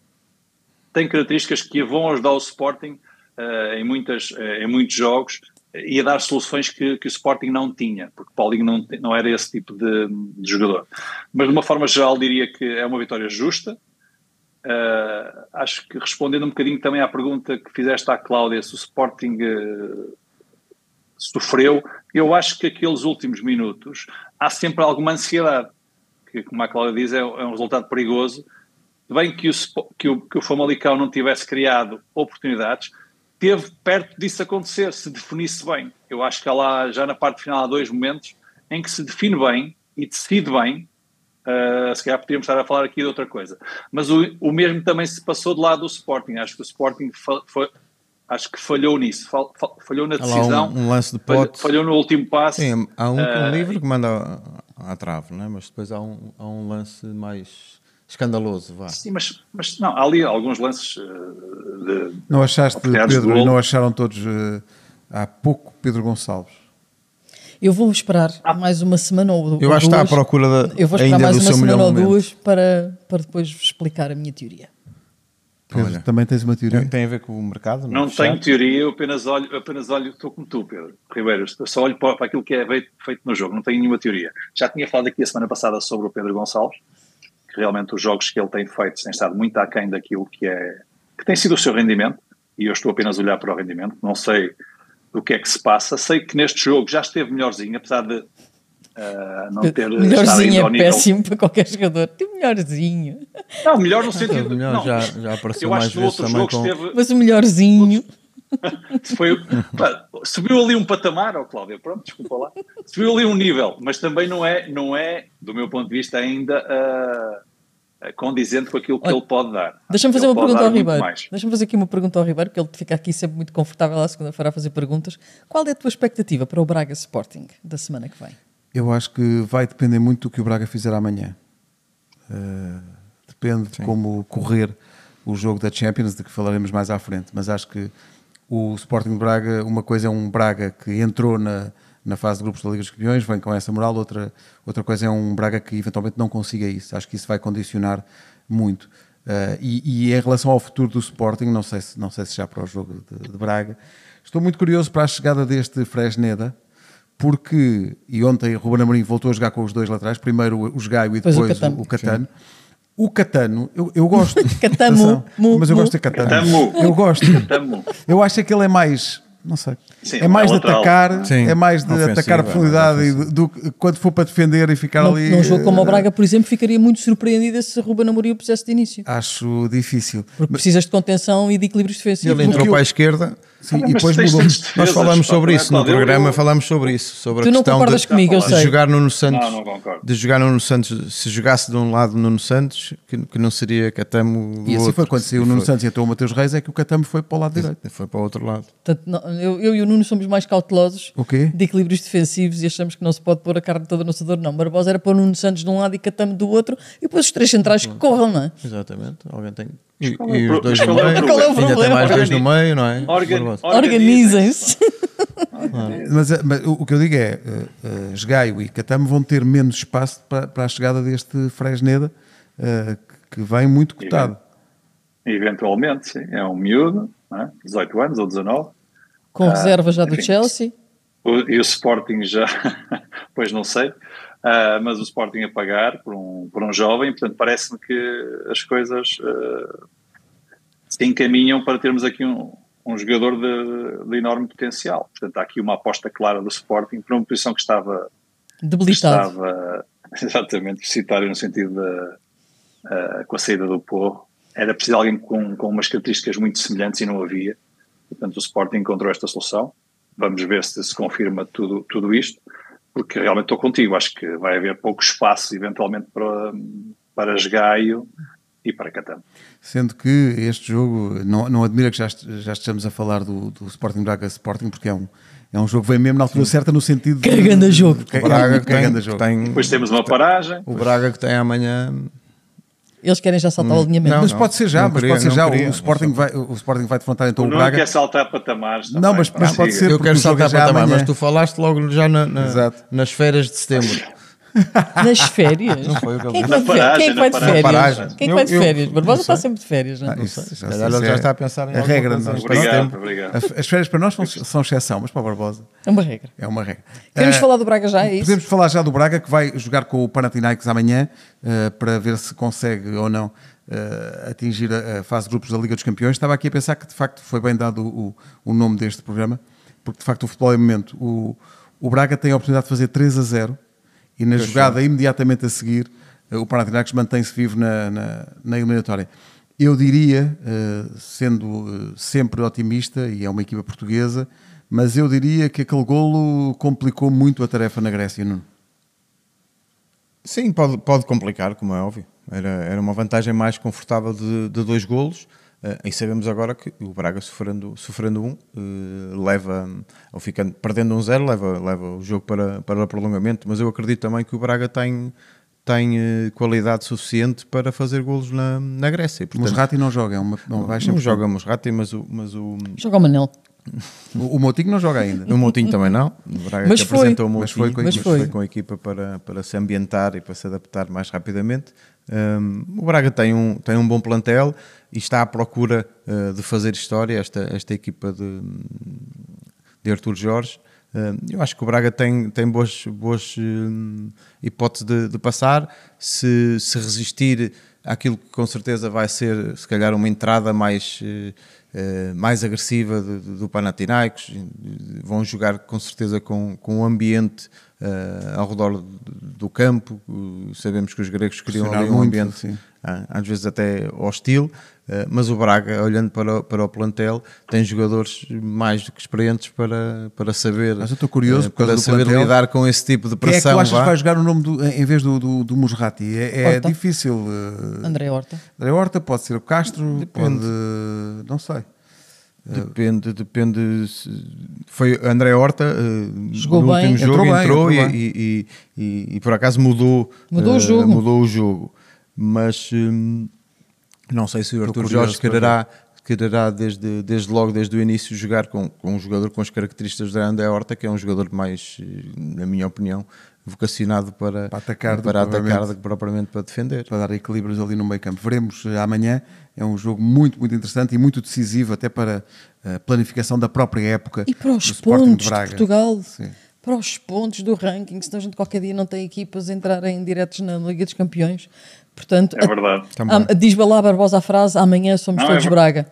[SPEAKER 4] tem características que vão ajudar o Sporting uh, em, muitas, em muitos jogos ia dar soluções que, que, o Sporting não tinha, porque Paulinho não, não era esse tipo de, de, jogador. Mas de uma forma geral diria que é uma vitória justa. Uh, acho que respondendo um bocadinho também à pergunta que fizeste à Cláudia, se o Sporting uh, sofreu, eu acho que aqueles últimos minutos há sempre alguma ansiedade, que como a Cláudia diz é, é um resultado perigoso. Bem que o, que, o, que o Famalicão não tivesse criado oportunidades, teve perto disso acontecer, se definisse bem. Eu acho que há lá, já na parte final, há dois momentos em que se define bem e decide bem. Uh, se calhar podíamos estar a falar aqui de outra coisa. Mas o, o mesmo também se passou do lado do Sporting. Acho que o Sporting fa, fa, acho que falhou nisso. Fal, fal, falhou na decisão.
[SPEAKER 3] Um, um, lance de pote.
[SPEAKER 4] Falhou, no último passo.
[SPEAKER 3] Sim, há um,
[SPEAKER 4] Ah.
[SPEAKER 3] uh, um livre que manda à, à trave, né? mas depois há um, há um lance mais escandaloso, vá.
[SPEAKER 4] Sim, mas, mas não, há ali alguns lances uh, de.
[SPEAKER 1] Não achaste, Pedro, e não acharam todos uh, há pouco Pedro Gonçalves?
[SPEAKER 2] Eu vou esperar ah. mais uma semana ou, ou
[SPEAKER 3] Eu acho que está à procura da,
[SPEAKER 2] Eu vou esperar
[SPEAKER 3] ainda
[SPEAKER 2] mais
[SPEAKER 3] do
[SPEAKER 2] uma
[SPEAKER 3] seu melhor
[SPEAKER 2] semana ou
[SPEAKER 3] momento.
[SPEAKER 2] duas para, para depois vos explicar a minha teoria.
[SPEAKER 1] Pedro,
[SPEAKER 3] Olha.
[SPEAKER 1] também tens uma teoria?
[SPEAKER 3] Tem, tem a ver com o mercado? é?
[SPEAKER 4] Não
[SPEAKER 3] Fechar?
[SPEAKER 4] tenho teoria, eu apenas olho, apenas olho, estou como tu, Pedro Ribeiro, eu só olho para, para aquilo que é feito, feito no jogo, não tenho nenhuma teoria. Já tinha falado aqui a semana passada sobre o Pedro Gonçalves, realmente os jogos que ele tem feito têm estado muito aquém daquilo que é que tem sido o seu rendimento, e eu estou apenas a olhar para o rendimento, não sei o que é que se passa, sei que neste jogo já esteve melhorzinho, apesar de uh, não ter estado ainda
[SPEAKER 2] Melhorzinho
[SPEAKER 4] ao
[SPEAKER 2] é
[SPEAKER 4] nível...
[SPEAKER 2] péssimo para qualquer jogador. Tipo, melhorzinho.
[SPEAKER 4] Não, melhor no
[SPEAKER 3] Teve
[SPEAKER 4] sentido...
[SPEAKER 3] melhor,
[SPEAKER 4] não,
[SPEAKER 3] já, já apareceu
[SPEAKER 4] eu acho
[SPEAKER 3] mais
[SPEAKER 4] que no
[SPEAKER 3] vezes
[SPEAKER 4] outro
[SPEAKER 3] também
[SPEAKER 4] jogo
[SPEAKER 3] com...
[SPEAKER 4] esteve...
[SPEAKER 2] Mas o melhorzinho.
[SPEAKER 4] Foi, pá, subiu ali um patamar, ó Cláudio, pronto, desculpa lá. Subiu ali um nível, mas também não é, não é do meu ponto de vista, ainda ah, condizente com aquilo que
[SPEAKER 2] Olha,
[SPEAKER 4] ele pode dar.
[SPEAKER 2] Deixa-me fazer
[SPEAKER 4] Ele
[SPEAKER 2] uma
[SPEAKER 4] pode
[SPEAKER 2] pergunta
[SPEAKER 4] dar
[SPEAKER 2] ao
[SPEAKER 4] muito
[SPEAKER 2] Ribeiro.
[SPEAKER 4] mais.
[SPEAKER 2] Deixa-me fazer aqui uma pergunta ao Ribeiro, porque ele fica aqui sempre muito confortável à segunda-feira a fazer perguntas. Qual é a tua expectativa para o Braga Sporting da semana que vem?
[SPEAKER 1] Eu acho que vai depender muito do que o Braga fizer amanhã. Uh, depende de como correr o jogo da Champions, de que falaremos mais à frente. Mas acho que o Sporting de Braga, uma coisa é um Braga que entrou na, na fase de grupos da Liga dos Campeões, vem com essa moral, outra, outra coisa é um Braga que eventualmente não consiga isso. Acho que isso vai condicionar muito. Uh, e, e em relação ao futuro do Sporting, não sei se, não sei se já para o jogo de, de Braga, estou muito curioso para a chegada deste Fresneda, porque, e ontem o Ruben Amorim voltou a jogar com os dois laterais, primeiro o Gaio e
[SPEAKER 2] Depois
[SPEAKER 1] depois
[SPEAKER 2] o
[SPEAKER 1] o
[SPEAKER 2] Catano.
[SPEAKER 1] Catano. O Catano, eu, eu gosto.
[SPEAKER 2] Catamo,
[SPEAKER 1] Atenção,
[SPEAKER 2] mu,
[SPEAKER 1] mas eu
[SPEAKER 2] mu.
[SPEAKER 1] gosto de Catano.
[SPEAKER 4] Catamo.
[SPEAKER 1] Eu gosto.
[SPEAKER 4] Tamo.
[SPEAKER 1] Eu acho é que ele é mais. Não sei.
[SPEAKER 4] Sim,
[SPEAKER 1] é mais
[SPEAKER 4] é
[SPEAKER 1] de
[SPEAKER 4] lateral.
[SPEAKER 1] atacar,
[SPEAKER 3] Sim,
[SPEAKER 1] é mais de
[SPEAKER 3] ofensivo,
[SPEAKER 1] atacar a
[SPEAKER 3] é mais
[SPEAKER 1] profundidade e do do que quando for para defender e ficar
[SPEAKER 2] Num,
[SPEAKER 1] ali.
[SPEAKER 2] num jogo como o
[SPEAKER 1] eh,
[SPEAKER 2] Braga, por exemplo, ficaria muito surpreendida se Ruben Amorim o pusesse de início.
[SPEAKER 1] Ah, Acho difícil.
[SPEAKER 2] Porque precisas de contenção e de equilíbrios defensivos.
[SPEAKER 3] Ele
[SPEAKER 1] porque
[SPEAKER 3] entrou
[SPEAKER 1] eu-
[SPEAKER 3] para a esquerda.
[SPEAKER 1] Sim,
[SPEAKER 4] Ah,
[SPEAKER 1] e
[SPEAKER 4] mas
[SPEAKER 1] depois
[SPEAKER 4] tens
[SPEAKER 1] mudou.
[SPEAKER 4] tantas defesas,
[SPEAKER 3] Nós falámos
[SPEAKER 4] pá,
[SPEAKER 3] sobre
[SPEAKER 4] não é,
[SPEAKER 3] isso no
[SPEAKER 4] Cláudio? Eu-
[SPEAKER 3] programa, falámos sobre isso, sobre
[SPEAKER 2] Tu
[SPEAKER 3] a
[SPEAKER 2] não
[SPEAKER 3] questão
[SPEAKER 2] concordas
[SPEAKER 3] de,
[SPEAKER 2] comigo, eu
[SPEAKER 3] de
[SPEAKER 2] sei.
[SPEAKER 3] jogar Nuno Santos,
[SPEAKER 4] Não, não concordo.
[SPEAKER 3] de jogar Nuno Santos, se jogasse de um lado Nuno Santos, que, que não seria Catamo do
[SPEAKER 1] E assim
[SPEAKER 3] outro,
[SPEAKER 1] foi quando saiu o
[SPEAKER 3] E
[SPEAKER 1] Nuno
[SPEAKER 3] foi-
[SPEAKER 1] Santos e entrou o Mateus Reis, é que o Catamo foi para o lado direito.
[SPEAKER 3] Foi para o outro lado.
[SPEAKER 2] Portanto, não- eu, eu e o Nuno somos mais cautelosos
[SPEAKER 1] O quê?
[SPEAKER 2] de equilíbrios defensivos e achamos que não se pode pôr a carne toda no assador, não. Barbosa era pôr o Nuno Santos de um lado e Catamo do outro e depois os três centrais que corram, não é?
[SPEAKER 3] Exatamente, alguém tem. E,
[SPEAKER 4] qual é
[SPEAKER 3] e
[SPEAKER 4] o
[SPEAKER 3] os
[SPEAKER 4] pro-
[SPEAKER 3] dois
[SPEAKER 4] mas
[SPEAKER 3] no
[SPEAKER 4] qual é o
[SPEAKER 3] meio.
[SPEAKER 2] problema?
[SPEAKER 3] Ainda tem mais dois no
[SPEAKER 4] Organi-
[SPEAKER 3] meio, não é?
[SPEAKER 4] Organ-
[SPEAKER 3] Barbosa.
[SPEAKER 2] Organizem-se.
[SPEAKER 1] Mas, eh, mas o o que eu digo é, uh, Esgaio e Catamo vão ter menos espaço para, para a chegada deste Fresneda, eh, que vem muito cotado.
[SPEAKER 4] Eventualmente, sim. É um miúdo, não é? 18 anos ou 19. Ah,
[SPEAKER 2] Com reserva já do
[SPEAKER 4] enfim.
[SPEAKER 2] Chelsea.
[SPEAKER 4] O- e o Sporting já, pois não sei, ah, mas o Sporting a pagar por um, por um jovem, portanto parece-me que as coisas ah, se encaminham para termos aqui um, um jogador de, de enorme potencial. Portanto, há aqui uma aposta clara do Sporting para uma posição que estava, que
[SPEAKER 2] Debilitado.
[SPEAKER 4] estava exatamente deficitária no sentido eh, da ah, com a saída do Porro. Era preciso alguém com, com umas características muito semelhantes e não havia. Portanto, o Sporting encontrou esta solução. Vamos ver se se confirma tudo, tudo isto, porque realmente estou contigo. Acho que vai haver pouco espaço, eventualmente, para, para esgaio e para Catano.
[SPEAKER 1] Sendo que este jogo, não, não admira que já, est- já estejamos a falar do, do Sporting Braga Sporting, porque é um, é um jogo que vem mesmo na altura certa, no sentido. de-
[SPEAKER 2] Que grande jogo.
[SPEAKER 1] Que-
[SPEAKER 3] O Braga que
[SPEAKER 1] que grande
[SPEAKER 3] tem,
[SPEAKER 1] jogo.
[SPEAKER 3] que tem-
[SPEAKER 4] Depois temos uma paragem.
[SPEAKER 3] o Braga que tem amanhã.
[SPEAKER 2] Eles querem já saltar o alinhamento.
[SPEAKER 3] Não,
[SPEAKER 1] Mas
[SPEAKER 3] não.
[SPEAKER 1] pode ser já, mas
[SPEAKER 3] queria,
[SPEAKER 1] pode ser
[SPEAKER 3] não
[SPEAKER 1] já.
[SPEAKER 3] queria.
[SPEAKER 1] o, Sporting vai, o Sporting vai defrontar então o
[SPEAKER 4] Não
[SPEAKER 1] Braga.
[SPEAKER 4] quer saltar patamares.
[SPEAKER 1] Não,
[SPEAKER 4] também,
[SPEAKER 1] mas-
[SPEAKER 4] pá,
[SPEAKER 1] mas pode
[SPEAKER 4] siga.
[SPEAKER 1] ser-
[SPEAKER 3] Eu quero
[SPEAKER 1] o jogo
[SPEAKER 3] saltar
[SPEAKER 1] é já
[SPEAKER 3] para também,
[SPEAKER 1] amanhã.
[SPEAKER 3] mas tu falaste logo já na- na-
[SPEAKER 1] Exato.
[SPEAKER 3] nas férias de setembro.
[SPEAKER 2] Nas férias.
[SPEAKER 3] foi o que ele
[SPEAKER 2] Quem é que
[SPEAKER 4] disse.
[SPEAKER 2] vai de férias? Quem é que vai de
[SPEAKER 4] Na paragem, na
[SPEAKER 2] férias?
[SPEAKER 3] paragem.
[SPEAKER 2] Quem é que vai de
[SPEAKER 3] Eu- eu-
[SPEAKER 2] férias? Barbosa está sempre de férias, não é?
[SPEAKER 1] Ah, Isso,
[SPEAKER 3] sei, se
[SPEAKER 1] já
[SPEAKER 3] calhar
[SPEAKER 1] sei
[SPEAKER 3] ele
[SPEAKER 1] se
[SPEAKER 3] já
[SPEAKER 1] é-
[SPEAKER 3] está a pensar em
[SPEAKER 1] é
[SPEAKER 3] alguma
[SPEAKER 1] regra.
[SPEAKER 3] coisa.
[SPEAKER 1] não é?
[SPEAKER 4] Obrigado, obrigado.
[SPEAKER 1] As- As férias para nós são, são exceção, mas para o Barbosa
[SPEAKER 2] É uma regra.
[SPEAKER 1] é uma regra.
[SPEAKER 2] Queremos
[SPEAKER 1] Eh,
[SPEAKER 2] falar do Braga já, é isso?
[SPEAKER 1] Podemos falar já do Braga que vai jogar com o Panathinaikos amanhã eh, para ver se consegue ou não eh, atingir a, a fase de grupos da Liga dos Campeões. Estava aqui a pensar que de facto foi bem dado o, o- o nome deste programa, porque de facto o futebol é momento. O, o Braga tem a oportunidade de fazer 3 a 0 e na jogada imediatamente a seguir eh, o Panathinaikos mantém-se vivo na, na, na eliminatória. Eu diria, eh, sendo eh, sempre otimista, e é uma equipa portuguesa, mas eu diria que aquele golo complicou muito a tarefa na Grécia, Nuno.
[SPEAKER 3] Sim, pode, pode complicar, como é óbvio. Era, era uma vantagem mais confortável de, de dois golos. eh, e sabemos agora que o Braga, sofrendo, sofrendo um, eh, leva, hum, ou ficando, perdendo um zero, leva, leva o jogo para, para prolongamento. Mas eu acredito também que o Braga tem, tem eh, qualidade suficiente para fazer golos na, na Grécia. E, portanto,
[SPEAKER 1] Musrati não joga, é uma, não vai
[SPEAKER 3] não
[SPEAKER 1] sempre.
[SPEAKER 3] joga Musrati, mas o, mas o,
[SPEAKER 2] Joga o Manel.
[SPEAKER 1] O, o Moutinho não joga ainda.
[SPEAKER 3] o Moutinho também não. O Braga
[SPEAKER 2] Mas
[SPEAKER 3] que
[SPEAKER 2] foi.
[SPEAKER 3] apresentou o Moutinho,
[SPEAKER 1] Mas foi com a
[SPEAKER 2] Mas equipa. foi.
[SPEAKER 3] com a equipa para, para se ambientar e para se adaptar mais rapidamente. Hum, o Braga tem um, tem um bom plantel e está à procura eh, de fazer história, esta, esta equipa de, de Artur Jorge. Hum, Eu acho que o Braga tem, tem boas, boas hum, hipóteses de, de passar. Se, se resistir àquilo que com certeza vai ser, se calhar, uma entrada mais, eh, eh, mais agressiva de- de- do Panathinaikos, vão jogar com certeza com, com o ambiente eh, ao redor do do campo. Eh, Sabemos que os gregos criam ali
[SPEAKER 1] Pressionar
[SPEAKER 3] um
[SPEAKER 1] muito,
[SPEAKER 3] ambiente
[SPEAKER 1] sim.
[SPEAKER 3] ah, às vezes até hostil, eh, mas o Braga, olhando para o, para o plantel, tem jogadores mais do que experientes para, para saber,
[SPEAKER 1] Mas eu estou curioso
[SPEAKER 3] eh,
[SPEAKER 1] por causa
[SPEAKER 3] para
[SPEAKER 1] do
[SPEAKER 3] saber
[SPEAKER 1] plantel.
[SPEAKER 3] lidar com esse tipo de
[SPEAKER 1] Quem é que
[SPEAKER 3] pressão.
[SPEAKER 1] tu achas
[SPEAKER 3] vá.
[SPEAKER 1] que vai jogar o nome do, em vez do, do, do Musrati? É, é
[SPEAKER 2] Horta.
[SPEAKER 1] difícil. eh,
[SPEAKER 2] André Horta.
[SPEAKER 1] André Horta, pode ser o Castro,
[SPEAKER 3] Depende.
[SPEAKER 1] pode. Não sei.
[SPEAKER 3] Depende, depende. se- Foi André Horta, eh,
[SPEAKER 2] Jogou
[SPEAKER 3] no
[SPEAKER 2] bem.
[SPEAKER 3] último jogo,
[SPEAKER 1] Entrou
[SPEAKER 3] entrou,
[SPEAKER 1] bem, entrou
[SPEAKER 3] e,
[SPEAKER 1] bem.
[SPEAKER 3] e- e- e por acaso mudou,
[SPEAKER 2] Mudou o
[SPEAKER 3] eh,
[SPEAKER 2] jogo.
[SPEAKER 3] mudou o jogo. Mas hum, não sei se o Artur
[SPEAKER 1] curioso
[SPEAKER 3] Jorge
[SPEAKER 1] para
[SPEAKER 3] quererá, quererá desde, desde logo, desde o início, jogar com, com um jogador com as características de André Horta, que é um jogador mais, eh, na minha opinião, vocacionado para,
[SPEAKER 1] Para atacar do que
[SPEAKER 3] para atacar
[SPEAKER 1] propriamente-
[SPEAKER 3] do que propriamente para defender.
[SPEAKER 1] para dar equilíbrios ali no meio campo. Veremos eh, amanhã. É um jogo muito, muito interessante e muito decisivo até para a planificação da própria época.
[SPEAKER 2] E para os
[SPEAKER 1] do Sporting
[SPEAKER 2] pontos de,
[SPEAKER 1] Braga.
[SPEAKER 2] Portugal,
[SPEAKER 1] Sim.
[SPEAKER 2] para os pontos do ranking, senão a gente qualquer dia não tem equipas a entrarem diretos na Liga dos Campeões. Portanto,
[SPEAKER 4] É verdade.
[SPEAKER 2] a, a, diz lá Barbosa a frase: amanhã somos
[SPEAKER 4] Não, é
[SPEAKER 2] todos
[SPEAKER 4] ver-
[SPEAKER 2] Braga.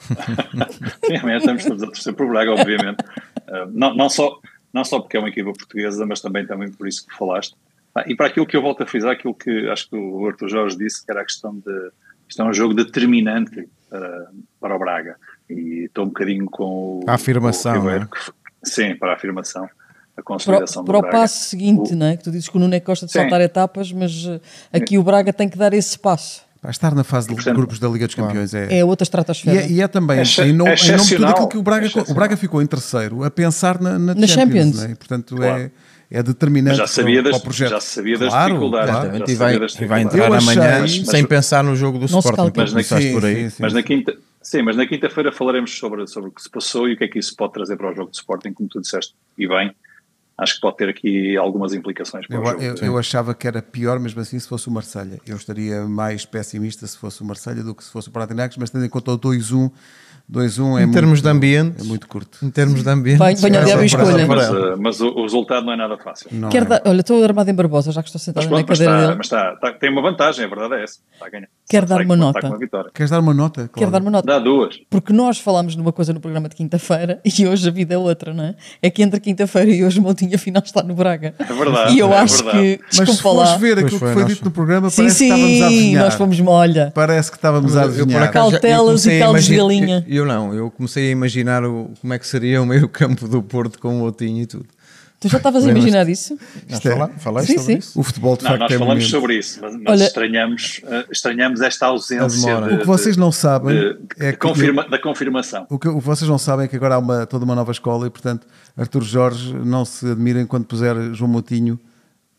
[SPEAKER 4] Sim, amanhã estamos todos a torcer por Braga, obviamente. Uh, não, não, só, não só porque é uma equipa portuguesa, mas também, também por isso que falaste. Ah, e para aquilo que eu volto a frisar, aquilo que acho que o Arthur Jorge disse, que era a questão de. Isto é um jogo determinante para, para o Braga. E estou um bocadinho com o.
[SPEAKER 3] A afirmação,
[SPEAKER 4] com o Ribeiro,
[SPEAKER 3] não é?
[SPEAKER 4] que f- sim, para a afirmação, a
[SPEAKER 2] Para,
[SPEAKER 4] consolidação
[SPEAKER 2] para
[SPEAKER 4] do
[SPEAKER 2] o
[SPEAKER 4] Braga.
[SPEAKER 2] passo seguinte,
[SPEAKER 4] O-
[SPEAKER 2] não é? Que tu dizes que o Nuno é que gosta de
[SPEAKER 4] Sim.
[SPEAKER 2] saltar etapas, mas eh, aqui o Braga tem que dar esse passo.
[SPEAKER 1] Para estar na fase de
[SPEAKER 4] Portanto,
[SPEAKER 1] grupos da Liga dos Campeões é.
[SPEAKER 2] É outra
[SPEAKER 1] E
[SPEAKER 2] estratosfera.
[SPEAKER 1] é, e é também,
[SPEAKER 4] É
[SPEAKER 1] em,
[SPEAKER 4] exce-
[SPEAKER 1] nome- em nome de tudo
[SPEAKER 4] excepcional. É
[SPEAKER 1] aquilo que o Braga, o
[SPEAKER 4] Excepcional.
[SPEAKER 1] Braga ficou em terceiro, a pensar na, na
[SPEAKER 2] Na
[SPEAKER 1] Champions,
[SPEAKER 2] Champions.
[SPEAKER 1] né? e portanto é,
[SPEAKER 4] Claro.
[SPEAKER 1] é determinante
[SPEAKER 4] Mas já sabia
[SPEAKER 1] para, o-
[SPEAKER 4] das-
[SPEAKER 1] para o projeto.
[SPEAKER 4] já sabia das
[SPEAKER 1] Claro,
[SPEAKER 4] dificuldades,
[SPEAKER 1] claro.
[SPEAKER 4] né?
[SPEAKER 3] Exatamente,
[SPEAKER 4] Já
[SPEAKER 3] e vai,
[SPEAKER 4] sabia das
[SPEAKER 3] e vai
[SPEAKER 4] dificuldades.
[SPEAKER 3] entrar
[SPEAKER 1] Eu achei-
[SPEAKER 3] amanhã
[SPEAKER 1] mas-
[SPEAKER 3] sem pensar no jogo do
[SPEAKER 2] se
[SPEAKER 3] Sporting,
[SPEAKER 2] calcule.
[SPEAKER 3] como começaste por aí.
[SPEAKER 1] sim,
[SPEAKER 4] Mas na
[SPEAKER 1] sim.
[SPEAKER 4] quinta, sim, mas na quinta-feira falaremos sobre, sobre o que se passou e o que é que isso pode trazer para o jogo de Sporting, como tu disseste, e bem, acho que pode ter aqui algumas implicações para
[SPEAKER 1] Eu,
[SPEAKER 4] o jogo.
[SPEAKER 1] eu- eu achava que era pior, mesmo assim, se fosse o Marselha. Eu estaria mais pessimista se fosse o Marselha do que se fosse o Panathinaikos, mas tendo em conta o 2-1, 2-1 é
[SPEAKER 3] Em termos
[SPEAKER 1] muito,
[SPEAKER 3] de ambiente,
[SPEAKER 1] é muito curto.
[SPEAKER 3] Em termos de ambiente.
[SPEAKER 2] Venha- venha
[SPEAKER 3] é
[SPEAKER 2] de
[SPEAKER 3] só
[SPEAKER 2] Abiscolha.
[SPEAKER 3] para- só para-
[SPEAKER 4] mas, eh, mas o, o resultado não é nada fácil.
[SPEAKER 1] Não
[SPEAKER 2] Quer
[SPEAKER 1] é.
[SPEAKER 2] dar- olha, estou armado em Barbosa, já que estou
[SPEAKER 4] Mas
[SPEAKER 2] sentado na
[SPEAKER 4] pronto, mas,
[SPEAKER 2] cadeira
[SPEAKER 4] está,
[SPEAKER 2] dele.
[SPEAKER 4] mas está- está- tem uma vantagem, a verdade é essa. Está a ganhar.
[SPEAKER 2] Quer
[SPEAKER 4] Está
[SPEAKER 2] dar
[SPEAKER 4] com-
[SPEAKER 2] uma
[SPEAKER 4] está
[SPEAKER 2] nota?
[SPEAKER 4] com uma vitória.
[SPEAKER 1] Queres dar uma nota?
[SPEAKER 2] Quero
[SPEAKER 1] Cláudio?
[SPEAKER 2] dar uma nota.
[SPEAKER 4] Dá duas.
[SPEAKER 2] Porque nós falámos de uma coisa no programa de quinta-feira e hoje a vida é outra, não é? É que entre quinta-feira e hoje o Moutinho fim, afinal está no Braga.
[SPEAKER 4] É verdade.
[SPEAKER 2] E eu
[SPEAKER 4] é
[SPEAKER 2] acho
[SPEAKER 4] verdade.
[SPEAKER 2] que,
[SPEAKER 1] Mas se
[SPEAKER 2] desculpa
[SPEAKER 1] fores
[SPEAKER 2] lá.
[SPEAKER 1] ver aquilo
[SPEAKER 3] Pois foi,
[SPEAKER 1] que foi
[SPEAKER 3] nós-
[SPEAKER 1] dito no programa,
[SPEAKER 2] Sim,
[SPEAKER 1] parece que estávamos a
[SPEAKER 2] sim,
[SPEAKER 1] adivinhar.
[SPEAKER 2] nós fomos molha.
[SPEAKER 1] Parece que estávamos a
[SPEAKER 3] Eu, por
[SPEAKER 1] adivinhar.
[SPEAKER 3] acaso, já- eu
[SPEAKER 2] Cautelas e
[SPEAKER 3] comecei a
[SPEAKER 2] caldos de
[SPEAKER 3] imaginar-
[SPEAKER 2] galinha.
[SPEAKER 3] Eu, eu não, eu comecei a imaginar o, como é que seria o meio campo do Porto com o Otinho e tudo.
[SPEAKER 2] Tu já estavas a
[SPEAKER 3] Lembras-te?
[SPEAKER 2] imaginar isso?
[SPEAKER 3] Nós
[SPEAKER 1] é-
[SPEAKER 3] fala- falaste
[SPEAKER 2] Sim,
[SPEAKER 3] sobre
[SPEAKER 2] sim.
[SPEAKER 3] isso?
[SPEAKER 1] O futebol de
[SPEAKER 4] Não,
[SPEAKER 1] facto
[SPEAKER 4] nós
[SPEAKER 1] é
[SPEAKER 4] falamos
[SPEAKER 1] bonito.
[SPEAKER 4] sobre isso, mas, mas
[SPEAKER 2] Olha-
[SPEAKER 4] estranhamos, eh, estranhamos esta ausência
[SPEAKER 3] demora.
[SPEAKER 4] de-
[SPEAKER 1] O que vocês não sabem
[SPEAKER 4] de-
[SPEAKER 1] é
[SPEAKER 4] de
[SPEAKER 1] que
[SPEAKER 4] confirma- da confirmação.
[SPEAKER 1] O que, o que vocês não sabem é que agora há uma- toda uma nova escola e, portanto, Artur Jorge, não se admirem quando puser João Moutinho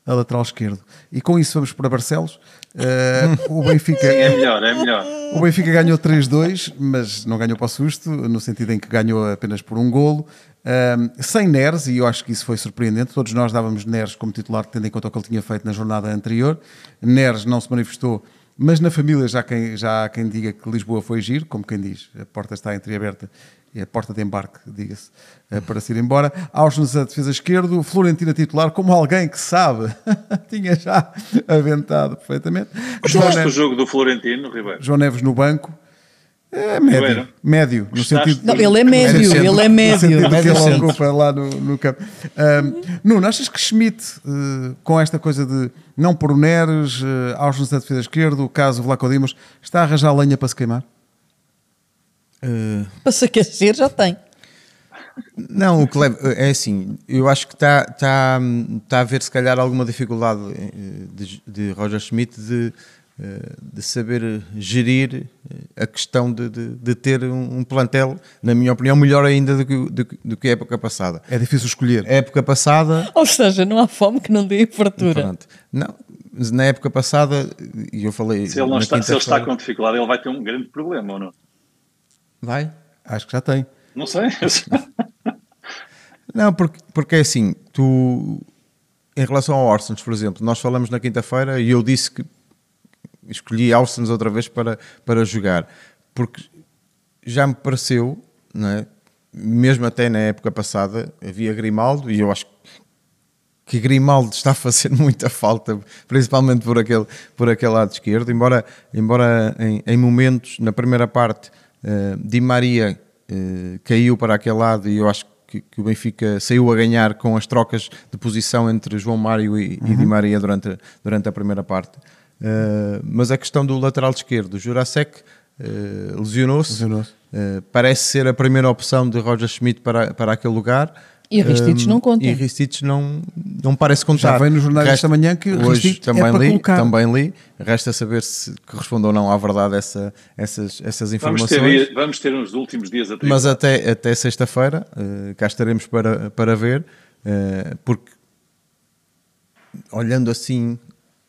[SPEAKER 1] a lateral esquerdo. E com isso vamos para Barcelos. Eh, o,
[SPEAKER 4] É
[SPEAKER 1] Benfica,
[SPEAKER 4] melhor, é melhor.
[SPEAKER 1] o Benfica ganhou 3-2, mas não ganhou para o susto, no sentido em que ganhou apenas por um golo. Ahm, sem Neres, e eu acho que isso foi surpreendente. Todos nós dávamos Neres como titular, tendo em conta o que ele tinha feito na jornada anterior. Neres não se manifestou, mas na família já, quem, já há quem diga que Lisboa foi giro, como quem diz, a porta está entreaberta, é a porta de embarque, diga-se, eh, para se ir embora. Ausnes a defesa esquerdo, Florentina titular, como alguém que sabe, tinha já aventado perfeitamente. João
[SPEAKER 4] Gostaste do
[SPEAKER 1] Neves,
[SPEAKER 4] jogo do Florentino, Ribeiro?
[SPEAKER 1] João Neves no banco, é médio,
[SPEAKER 4] Ribeiro.
[SPEAKER 1] médio, no
[SPEAKER 4] Gostaste
[SPEAKER 1] sentido
[SPEAKER 2] Não, ele é médio,
[SPEAKER 1] Centro.
[SPEAKER 2] ele é médio.
[SPEAKER 1] No sentido que
[SPEAKER 3] Médio
[SPEAKER 1] ele
[SPEAKER 3] centro.
[SPEAKER 1] ocupa lá no, no campo. Ahm, Nuno, achas que Schmidt, eh, com esta coisa de não pôr o Neres, eh, Ausnes da defesa esquerda, o caso Vlaco Dimos, está a arranjar lenha para se queimar?
[SPEAKER 3] Eh,
[SPEAKER 2] Para se aquecer já tem.
[SPEAKER 3] Não, o que leva, é assim, eu acho que está tá, tá a haver se calhar alguma dificuldade eh, de, de Roger Schmidt de, eh, de saber gerir eh, a questão de, de- de ter um um plantel, na minha opinião, melhor ainda do que, o- do, que- do que a época passada.
[SPEAKER 1] É difícil escolher.
[SPEAKER 3] A época passada
[SPEAKER 2] Ou seja, não há fome que não dê fartura.
[SPEAKER 3] Pronto. Não, mas na época passada, e eu falei.
[SPEAKER 4] Se ele, não
[SPEAKER 3] na
[SPEAKER 4] está, se ele está
[SPEAKER 3] quinta-feira-
[SPEAKER 4] com dificuldade, ele vai ter um grande problema, ou não?
[SPEAKER 3] Vai?
[SPEAKER 1] Acho que já tem.
[SPEAKER 4] Não sei.
[SPEAKER 3] Não, porque, porque é assim, tu. Em relação ao Orsons, por exemplo, nós falamos na quinta-feira e eu disse que escolhi Orsons outra vez para, para jogar, porque já me pareceu, não é? mesmo até na época passada, havia Grimaldo e eu acho que Grimaldo está a fazer muita falta, principalmente por aquele, por aquele lado esquerdo, embora, embora em, em momentos, na primeira parte, eh, Di Maria eh, caiu para aquele lado e eu acho que, que o Benfica saiu a ganhar com as trocas de posição entre João Mário e, e Di Maria durante, a- durante a primeira parte. Eh, mas a questão do lateral esquerdo, o Jurasek eh, lesionou-se,
[SPEAKER 1] Lesionou-se.
[SPEAKER 3] Eh, parece ser a primeira opção de Roger Schmidt para, para aquele lugar.
[SPEAKER 2] E Aristides
[SPEAKER 3] Eh,
[SPEAKER 2] não conta.
[SPEAKER 3] e Ristich não, não parece contar.
[SPEAKER 1] Já veio nos jornais
[SPEAKER 3] Resta-
[SPEAKER 1] esta manhã que o
[SPEAKER 3] hoje
[SPEAKER 1] Ristich é
[SPEAKER 3] também
[SPEAKER 1] para
[SPEAKER 3] li,
[SPEAKER 1] colocar.
[SPEAKER 3] também li. Resta saber se corresponde ou não à verdade essa, essas, essas
[SPEAKER 4] vamos,
[SPEAKER 3] informações.
[SPEAKER 4] ter, dia- vamos ter uns últimos dias a ter.
[SPEAKER 3] Mas até, até sexta-feira eh, cá estaremos para, para ver, eh, porque olhando assim,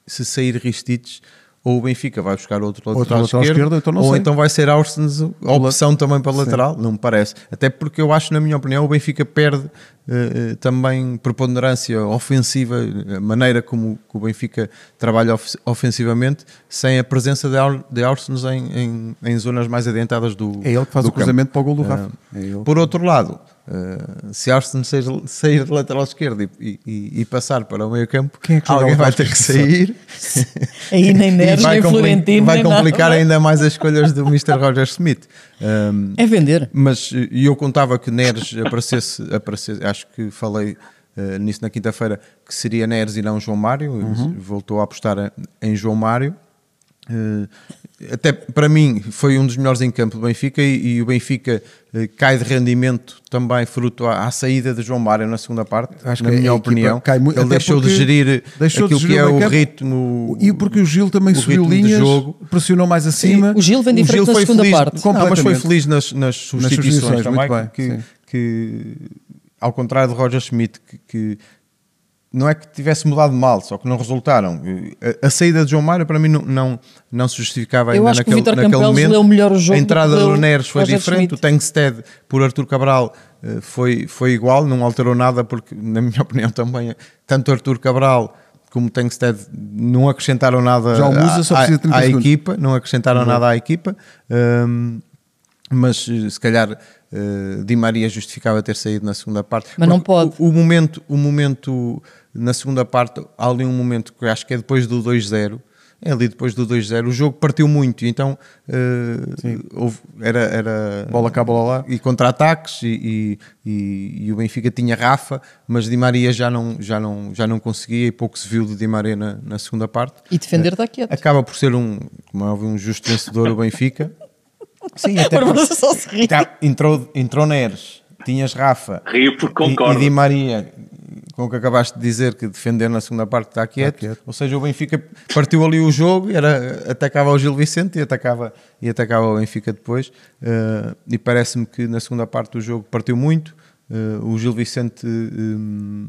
[SPEAKER 3] se sair Ristich ou o Benfica vai buscar outro lateral,
[SPEAKER 1] Outro lateral
[SPEAKER 3] esquerdo,
[SPEAKER 1] esquerdo, então não
[SPEAKER 3] ou
[SPEAKER 1] sei.
[SPEAKER 3] então vai ser Austin a opção também para lateral, não me parece. Até porque eu acho, na minha opinião, o Benfica perde eh, eh, também preponderância ofensiva, eh, a maneira como que o Benfica trabalha of- ofensivamente, sem a presença de, Au- de Austin em, em, em zonas mais adiantadas do
[SPEAKER 1] É ele que faz
[SPEAKER 3] do
[SPEAKER 1] o cruzamento para o gol do
[SPEAKER 3] Ah,
[SPEAKER 1] Rafa. É ele.
[SPEAKER 3] por outro lado, eh, se Austin sair, sair de lateral esquerdo e, e- e passar para o meio campo,
[SPEAKER 1] Quem é que joga
[SPEAKER 3] alguém
[SPEAKER 1] lateral
[SPEAKER 3] vai ter que sair
[SPEAKER 2] Aí nem Neres,
[SPEAKER 3] e vai,
[SPEAKER 2] nem
[SPEAKER 3] compli-
[SPEAKER 2] Florentino,
[SPEAKER 3] vai
[SPEAKER 2] nem nada.
[SPEAKER 3] complicar ainda mais as escolhas do Mr. Roger Smith. Um,
[SPEAKER 2] É vender.
[SPEAKER 3] mas eh, eu contava que Neres aparecesse, aparecesse acho que falei eh, nisso na quinta-feira, que seria Neres e não João Mário,
[SPEAKER 1] Uhum.
[SPEAKER 3] voltou a apostar a- em João Mário. Eh, até para mim foi um dos melhores em campo do Benfica e, e o Benfica eh, cai de rendimento também fruto à, à saída de João Mário na segunda parte,
[SPEAKER 1] Acho
[SPEAKER 3] na
[SPEAKER 1] que a
[SPEAKER 3] minha
[SPEAKER 1] equipa
[SPEAKER 3] opinião.
[SPEAKER 1] cai muito-
[SPEAKER 3] Ele
[SPEAKER 1] até
[SPEAKER 3] deixou de
[SPEAKER 1] porque
[SPEAKER 3] gerir
[SPEAKER 1] deixou de
[SPEAKER 3] aquilo
[SPEAKER 1] gerir
[SPEAKER 3] que é
[SPEAKER 1] o
[SPEAKER 3] o
[SPEAKER 1] backup.
[SPEAKER 3] ritmo.
[SPEAKER 1] E porque o Gil também
[SPEAKER 3] o
[SPEAKER 1] subiu
[SPEAKER 3] ritmo de
[SPEAKER 1] linhas,
[SPEAKER 3] jogo.
[SPEAKER 1] pressionou mais acima.
[SPEAKER 2] o Gil vem
[SPEAKER 3] O
[SPEAKER 2] diferente
[SPEAKER 3] Gil
[SPEAKER 2] na
[SPEAKER 3] foi
[SPEAKER 2] segunda
[SPEAKER 3] feliz-
[SPEAKER 2] parte.
[SPEAKER 1] Com-
[SPEAKER 3] Não, mas foi
[SPEAKER 1] Completamente.
[SPEAKER 3] feliz nas, nas substituições,
[SPEAKER 1] substituições,
[SPEAKER 3] também,
[SPEAKER 1] muito bem,
[SPEAKER 3] que,
[SPEAKER 1] sim.
[SPEAKER 3] que, ao contrário de Roger Schmidt, que, que não é que tivesse mudado mal, só que não resultaram. A, a saída de João Mário para mim não, não, não se justificava
[SPEAKER 2] Eu
[SPEAKER 3] ainda
[SPEAKER 2] acho que o
[SPEAKER 3] naquele,
[SPEAKER 2] Vítor
[SPEAKER 3] naquele
[SPEAKER 2] Campelos
[SPEAKER 3] momento.
[SPEAKER 2] leu melhor o jogo
[SPEAKER 3] a
[SPEAKER 2] do
[SPEAKER 3] entrada
[SPEAKER 2] que leu
[SPEAKER 3] do Neres foi
[SPEAKER 2] Roger
[SPEAKER 3] diferente,
[SPEAKER 2] Schmidt.
[SPEAKER 3] o Tankstead por Artur Cabral eh, foi, foi igual, não alterou nada, porque na minha opinião também, tanto Artur Cabral como Tankstead não acrescentaram nada
[SPEAKER 1] Já o Musa
[SPEAKER 3] à-
[SPEAKER 1] só precisa de 30
[SPEAKER 3] à, à
[SPEAKER 1] segundos.
[SPEAKER 3] equipa, não acrescentaram
[SPEAKER 1] Uhum.
[SPEAKER 3] nada à equipa, hum, mas eh, se calhar eh, Di Maria justificava ter saído na segunda parte.
[SPEAKER 2] Mas não
[SPEAKER 3] Porque
[SPEAKER 2] pode.
[SPEAKER 3] O, o momento, o momento na segunda parte, há ali um momento que eu acho que é depois do 2-0. é ali depois do 2-0. O jogo partiu muito, então eh, houve- era, era.
[SPEAKER 1] Bola cá, bola lá.
[SPEAKER 3] E contra-ataques, e, e- e- e o Benfica tinha Rafa, mas Di Maria já não, já não, já não conseguia e pouco se viu de Di Maria na, na segunda parte.
[SPEAKER 2] E defender está quieto.
[SPEAKER 3] Acaba por ser um, como é óbvio, um justo vencedor o Benfica. Sim, até
[SPEAKER 1] é
[SPEAKER 2] Agora
[SPEAKER 3] porque-
[SPEAKER 2] você só se ri.
[SPEAKER 3] Tá, entrou, entrou Neres, tinhas Rafa
[SPEAKER 4] Rio porque
[SPEAKER 3] e-
[SPEAKER 4] concordo.
[SPEAKER 3] E, Di Maria, com o que acabaste de dizer, que defender na segunda parte está quieto.
[SPEAKER 1] quieto.
[SPEAKER 3] Ou seja, o Benfica partiu ali o jogo, era, atacava o Gil Vicente e atacava, e atacava o Benfica depois. Eh, e parece-me que na segunda parte do jogo partiu muito. Eh, o Gil Vicente hum,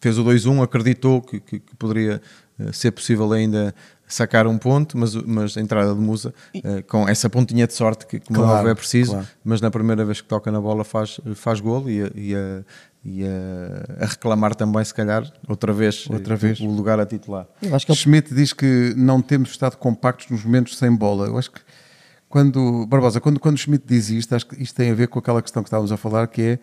[SPEAKER 3] fez o 2-1, acreditou que, que- que poderia eh, ser possível ainda sacar um ponto, mas, o- mas a entrada de Musa, eh, com essa pontinha de sorte que, como
[SPEAKER 1] Claro,
[SPEAKER 3] é preciso,
[SPEAKER 1] claro.
[SPEAKER 3] mas na primeira vez que toca na bola faz, faz golo e, a, e a- e a- a reclamar também, se calhar, outra vez,
[SPEAKER 1] Outra
[SPEAKER 3] eh,
[SPEAKER 1] vez.
[SPEAKER 3] o lugar a titular.
[SPEAKER 2] Eu acho que ele
[SPEAKER 1] Schmidt diz que não temos estado compactos nos momentos sem bola. Eu acho que quando Barbosa, quando, quando Schmidt diz isto, acho que isto tem a ver com aquela questão que estávamos a falar, que é